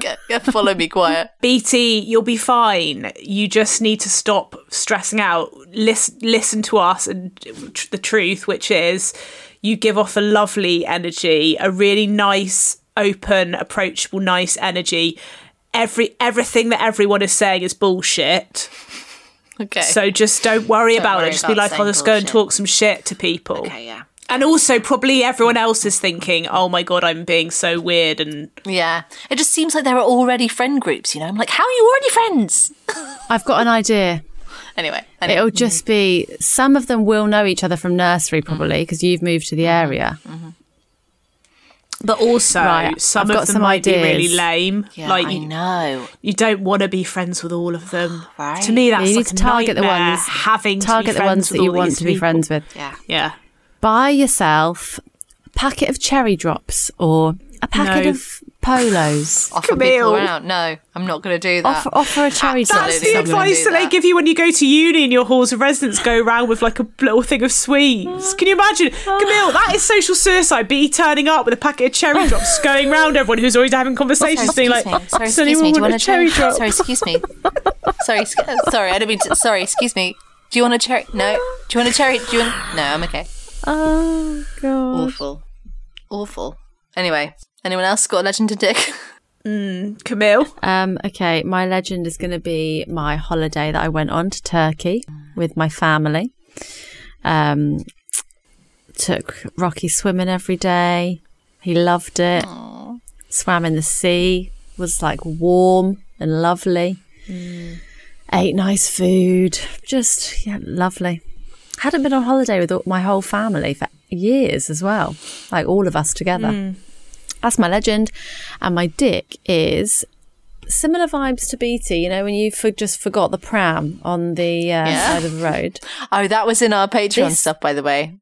Speaker 3: Go- go follow me, quiet. [LAUGHS]
Speaker 2: BT, you'll be fine. You just need to stop stressing out. Listen, listen to us and tr- the truth, which is you give off a lovely energy, a really nice, open, approachable, nice energy. Every everything that everyone is saying is bullshit.
Speaker 3: Okay.
Speaker 2: So just don't worry about
Speaker 3: worry
Speaker 2: it. Just
Speaker 3: about
Speaker 2: be like, I'll
Speaker 3: saying
Speaker 2: just go and
Speaker 3: bullshit.
Speaker 2: talk some shit to people.
Speaker 3: okay, yeah,
Speaker 2: And also, probably everyone else is thinking, "Oh my god, I'm being so weird." And
Speaker 3: yeah. It just seems like there are already friend groups. You know, I'm like, how are you already friends?
Speaker 4: I've got an idea.
Speaker 3: Anyway, anyway.
Speaker 2: Mm.
Speaker 4: It'll just be some of them will know each other from nursery probably because you've moved to the
Speaker 2: Mm.
Speaker 4: area.
Speaker 2: but also,
Speaker 4: Right, I've
Speaker 2: some
Speaker 4: got
Speaker 2: of them
Speaker 4: some
Speaker 2: might be really
Speaker 4: ideas.
Speaker 2: lame.
Speaker 3: yeah,
Speaker 2: like
Speaker 3: I
Speaker 2: you,
Speaker 3: know.
Speaker 2: you don't want to be friends with all of them.
Speaker 3: Right.
Speaker 2: To me, that's
Speaker 4: you need
Speaker 2: like
Speaker 4: to
Speaker 2: a
Speaker 4: target the
Speaker 2: nightmare,
Speaker 4: ones-
Speaker 2: having to be
Speaker 4: Target the
Speaker 2: friends
Speaker 4: ones that
Speaker 2: with
Speaker 4: you
Speaker 2: all
Speaker 4: want
Speaker 2: these
Speaker 4: to be
Speaker 2: people.
Speaker 4: friends with.
Speaker 3: Yeah.
Speaker 2: Yeah,
Speaker 4: Buy yourself a packet of cherry drops or a packet
Speaker 2: No.
Speaker 4: of polos.
Speaker 3: Offer
Speaker 2: Camille.
Speaker 3: people around. No, I'm not going to do that.
Speaker 4: offer, offer a cherry drop.
Speaker 2: that's
Speaker 3: Absolutely
Speaker 2: the
Speaker 3: not gonna
Speaker 2: advice
Speaker 3: do
Speaker 2: that, they
Speaker 3: that.
Speaker 2: give you when you go to uni and your halls of residence go round with like a little thing of sweets. Can you imagine, Camille? That is social suicide. Be turning up with a packet of cherry
Speaker 3: [LAUGHS]
Speaker 2: drops, going round everyone who's always having conversations,
Speaker 3: Sorry,
Speaker 2: being like,
Speaker 3: excuse me. Sorry,
Speaker 2: "Does
Speaker 3: excuse
Speaker 2: anyone
Speaker 3: me. Do you
Speaker 2: want
Speaker 3: want
Speaker 2: a cherry drop?"
Speaker 3: [LAUGHS] Sorry, excuse me. Sorry, sc- uh, sorry. I don't mean. To- sorry, excuse me. Do you want a cherry? No. Do you want a cherry? Do you want? No, I'm okay.
Speaker 4: Oh, God.
Speaker 3: Awful, awful. Anyway, anyone else got a legend to dick? [LAUGHS]
Speaker 2: Camille.
Speaker 4: Um, okay, my legend is going to be my holiday that I went on to Turkey with my family. Um, took Rocky swimming every day. He loved it. Swam in the sea. Was like warm and lovely. Ate nice food. Just yeah, lovely. Hadn't been on holiday with all, my whole family for years as well. Like all of us together. That's my legend. And my dick is similar vibes to BT, you know, when you for- just forgot the pram on the uh, side of the road.
Speaker 3: Oh, that was in our Patreon
Speaker 4: This-
Speaker 3: stuff, by the way.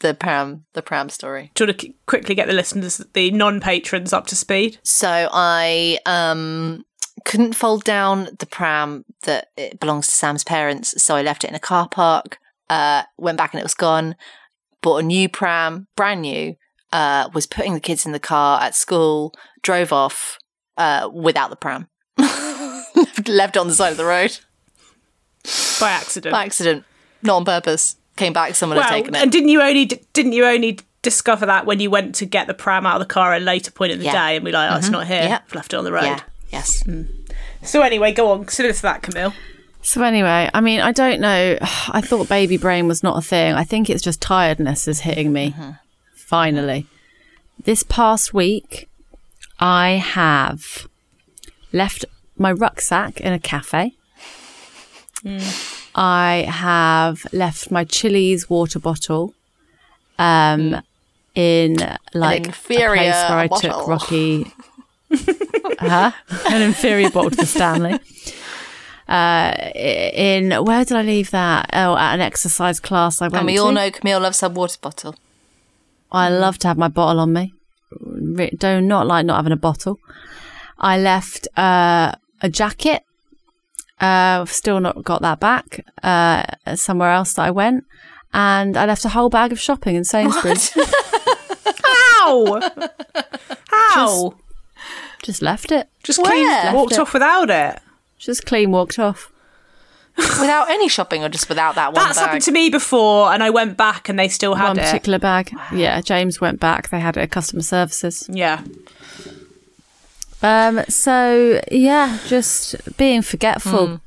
Speaker 3: The pram, the pram story.
Speaker 2: Do you want to qu- quickly get the listeners, the non patrons, up to speed?
Speaker 3: So I um couldn't fold down the pram that it belongs to Sam's parents, so I left it in a car park. Uh, went back and it was gone. Bought a new pram, brand new. Uh, was putting the kids in the car at school. Drove off uh, without the pram. [LAUGHS] left, left it on the side of the road
Speaker 2: By accident.
Speaker 3: by accident, not on purpose. Came back, someone
Speaker 2: well,
Speaker 3: had taken it.
Speaker 2: and didn't you only didn't you only discover that when you went to get the pram out of the car at a later point in the
Speaker 3: Yeah. Mm-hmm.
Speaker 2: day and be like, oh, it's not here.
Speaker 3: Yeah.
Speaker 2: I've left it on the road.
Speaker 3: yeah. Yes.
Speaker 2: So anyway, go on. Consider this that, Camille.
Speaker 4: So, anyway, I mean, I don't know. [SIGHS] I thought baby brain was not a thing. I think it's just tiredness is hitting me,
Speaker 3: Mm-hmm.
Speaker 4: finally. This past week, I have left my rucksack in a cafe.
Speaker 3: Mm.
Speaker 4: I have left my Chili's water bottle um, in like
Speaker 3: Mm. inferior
Speaker 4: a place where I
Speaker 3: bottle. [LAUGHS]
Speaker 4: took Rocky. huh? An inferior bottle for Stanley. Uh, in where did I leave that? Oh, at an exercise class I went.
Speaker 3: And we all
Speaker 4: to.
Speaker 3: know Camille loves her water bottle.
Speaker 4: I love to have my bottle on me. Re- Do not like not having a bottle. I left uh, a jacket. Uh, I've still not got that back. Uh, somewhere else that I went, and I left a whole bag of shopping in Sainsbury's.
Speaker 2: How?
Speaker 3: Oh.
Speaker 2: How?
Speaker 4: Just left it.
Speaker 2: Just, clean
Speaker 3: Where?
Speaker 2: walked
Speaker 4: Left it.
Speaker 2: off without it.
Speaker 4: Just clean walked off.
Speaker 3: Without any shopping or just without that one
Speaker 2: That's
Speaker 3: bag?
Speaker 2: happened to me before, and I went back, and they still had
Speaker 4: One
Speaker 2: it.
Speaker 4: particular bag. Yeah, James went back. They had it at customer services.
Speaker 2: yeah.
Speaker 4: Um, so yeah, just being
Speaker 2: Mm.
Speaker 4: forgetful.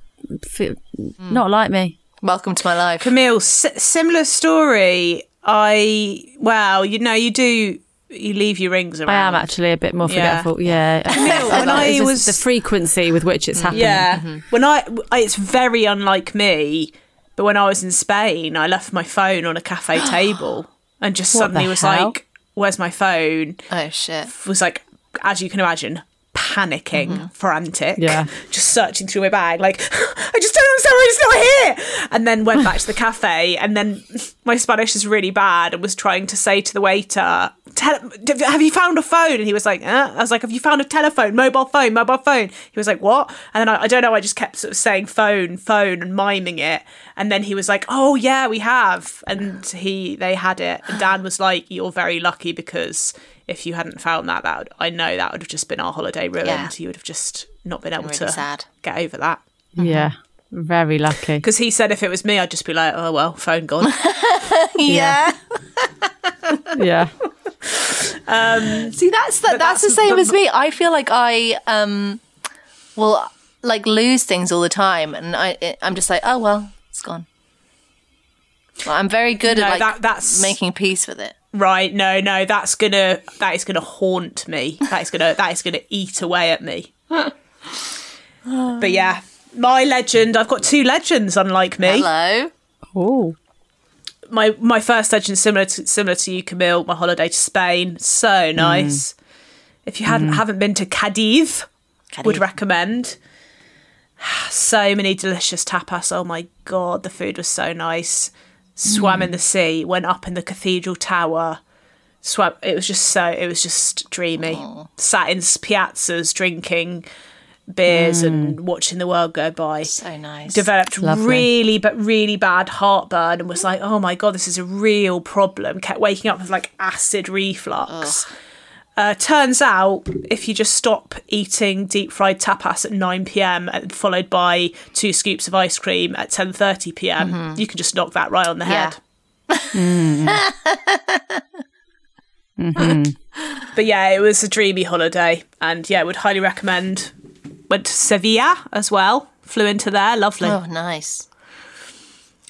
Speaker 4: F- Not like me.
Speaker 3: Welcome to my life.
Speaker 2: Camille, s- similar story. I well, you know, you do. You leave your rings around.
Speaker 4: I am actually a bit more
Speaker 2: Yeah.
Speaker 4: forgetful. Yeah.
Speaker 1: [LAUGHS]
Speaker 2: when [LAUGHS] I
Speaker 4: It's just
Speaker 2: was- Mm.
Speaker 4: the frequency with which it's happening.
Speaker 2: Yeah. When I, I- it's very unlike me, but when I was in Spain, I left my phone on a [GASPS] cafe table and just
Speaker 4: What the
Speaker 2: suddenly was
Speaker 4: hell?
Speaker 2: like, "Where's my phone?"
Speaker 3: Oh shit!
Speaker 2: Was like, as you can imagine, panicking, frantic,
Speaker 4: Yeah.
Speaker 2: [LAUGHS] just searching through my bag, like, [LAUGHS] I just don't understand why it's not here. And then went back to the cafe. And then [LAUGHS] my Spanish is really bad and was trying to say to the waiter, Tele- Have you found a phone? And he was like, uh? I was like, Have you found a telephone, mobile phone, mobile phone? He was like, What? And then I, I don't know, I just kept sort of saying phone, phone and miming it. And then he was like, Oh, yeah, we have. And he, they had it. And Dan was like, You're very lucky because if you hadn't found that, that would, I know that would have just been our holiday ruined.
Speaker 3: Yeah.
Speaker 2: You would have just not been able
Speaker 3: really
Speaker 2: to
Speaker 3: sad.
Speaker 2: get over that.
Speaker 4: Yeah.
Speaker 2: [LAUGHS]
Speaker 4: Very lucky.
Speaker 2: Because he said if it was me, I'd just be like, oh well, phone
Speaker 3: [LAUGHS]
Speaker 2: gone.
Speaker 3: yeah.
Speaker 4: Yeah.
Speaker 3: See, that's the, that's, the
Speaker 2: that's-
Speaker 3: same
Speaker 2: but-
Speaker 3: as me. I feel like I um will like lose things all the time, and I I'm just like, oh well, it's gone. Well, I'm very good
Speaker 2: No,
Speaker 3: at like
Speaker 2: that- that's-
Speaker 3: making peace with it.
Speaker 2: right? No, no, that's gonna that is gonna haunt me. That is gonna that is gonna eat away at me. but yeah, my legend. I've got two legends, unlike me.
Speaker 3: Hello.
Speaker 4: Oh.
Speaker 2: my my first legend is similar to similar to you, Camille. My holiday to Spain,
Speaker 3: Mm.
Speaker 2: so nice. If you hadn't haven't been to Cadiz, would
Speaker 3: Cadiz.
Speaker 2: recommend. [SIGHS] So many delicious tapas. Oh my god, the food was so nice. Swam in the sea, went up in the cathedral tower. Swam. It was just so. It was just dreamy. Sat in piazzas, drinking beers and watching the world go by
Speaker 3: So Oh, nice.
Speaker 2: developed
Speaker 4: Lovely.
Speaker 2: really but really bad heartburn and was like oh my god this is a real problem kept waking up with like acid reflux uh, turns out if you just stop eating deep fried tapas at 9pm and uh, followed by two scoops of ice cream at 10.30pm you can just knock that right on the
Speaker 3: Yeah.
Speaker 2: head but yeah it was a dreamy holiday and yeah would highly recommend went to sevilla as well flew into there lovely
Speaker 3: oh, nice.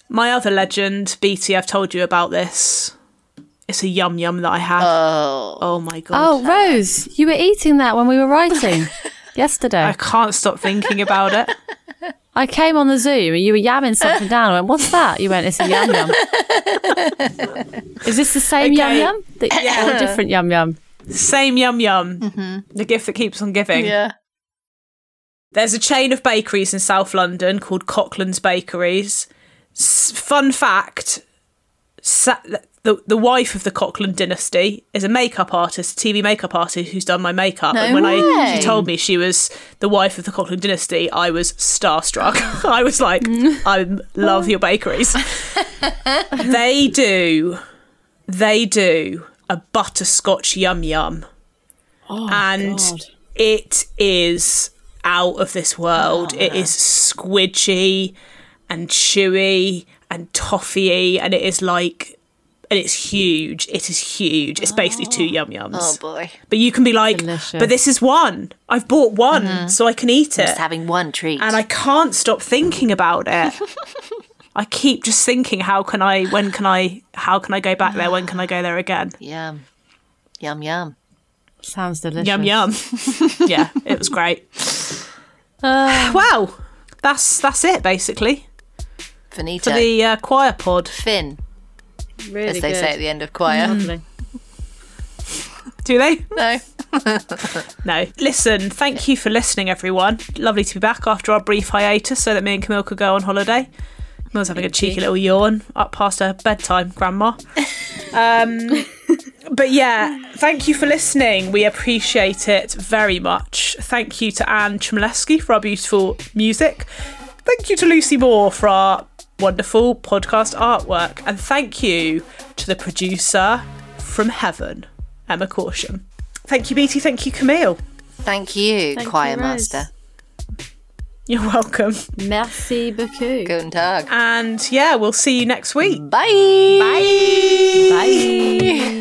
Speaker 2: My other legend, BT, I've told you about this. It's a yum yum that I had.
Speaker 3: Oh,
Speaker 2: oh my god. [LAUGHS]
Speaker 1: Oh, Rose, you were eating that when we were writing
Speaker 2: I
Speaker 1: yesterday.
Speaker 2: can't stop thinking about
Speaker 3: [LAUGHS]
Speaker 2: it.
Speaker 1: I came on the Zoom and you were yamming something down. I went, "What's that?" You went, "It's a yum
Speaker 2: [LAUGHS]
Speaker 1: yum." Is this the same yum
Speaker 2: Okay.
Speaker 1: yum? The- Or a different yum yum?
Speaker 2: Same yum yum. The gift that keeps on giving.
Speaker 3: Mm-hmm. yeah.
Speaker 2: There's a chain of bakeries in South London called Cockland's Bakeries. S- fun fact sa- the, the wife of the Cockland dynasty is a makeup artist, TV makeup artist who's done my makeup.
Speaker 3: No
Speaker 2: and when I
Speaker 3: way.
Speaker 2: she told me she was the wife of the Cockland dynasty, I was starstruck. [LAUGHS] I was like, I love your bakeries.
Speaker 3: [LAUGHS]
Speaker 2: they do, they do a butterscotch yum yum and
Speaker 4: God.
Speaker 2: it is out of this world. it is squidgy and chewy and toffee, and it is like, and it's huge. It is huge. It's basically two yum yums.
Speaker 3: Oh boy.
Speaker 2: but you can be like,
Speaker 4: Delicious.
Speaker 2: but this is one. I've bought one, so I can eat it,
Speaker 3: Just having one treat.
Speaker 2: and I can't stop thinking about it. I keep just thinking, how can I? When can I? How can I go back there? When can I go there again?
Speaker 3: yum, yum, yum.
Speaker 4: Sounds delicious.
Speaker 2: Yum yum. yeah, it was great. wow, that's that's it basically for
Speaker 3: Finito.
Speaker 2: the uh, choir pod.
Speaker 3: Fin,
Speaker 4: Really
Speaker 3: as they say at the end of choir.
Speaker 4: Lovely.
Speaker 2: Do they?
Speaker 3: [LAUGHS] No.
Speaker 2: No. Listen, thank you for listening, everyone. Lovely to be back after our brief hiatus, so that me and Camille could go on holiday. Camille's having a cheeky little yawn up past her bedtime, Grandma. Um, but yeah, thank you for listening. We appreciate it very much. Thank you to Anne Chmielewski for our beautiful music. Thank you to Lucy Moore for our wonderful podcast artwork. And thank you to the producer from heaven, Emma Caution. Thank you, Beatty. Thank you, Camille.
Speaker 3: Thank you,
Speaker 4: you,
Speaker 3: choir
Speaker 4: Rose.
Speaker 3: master.
Speaker 2: You're welcome.
Speaker 4: [LAUGHS] Merci beaucoup.
Speaker 3: Guten
Speaker 4: Uh,
Speaker 3: Tag.
Speaker 2: And yeah, we'll see you next week.
Speaker 3: Bye. Bye.
Speaker 2: Bye.
Speaker 4: Bye.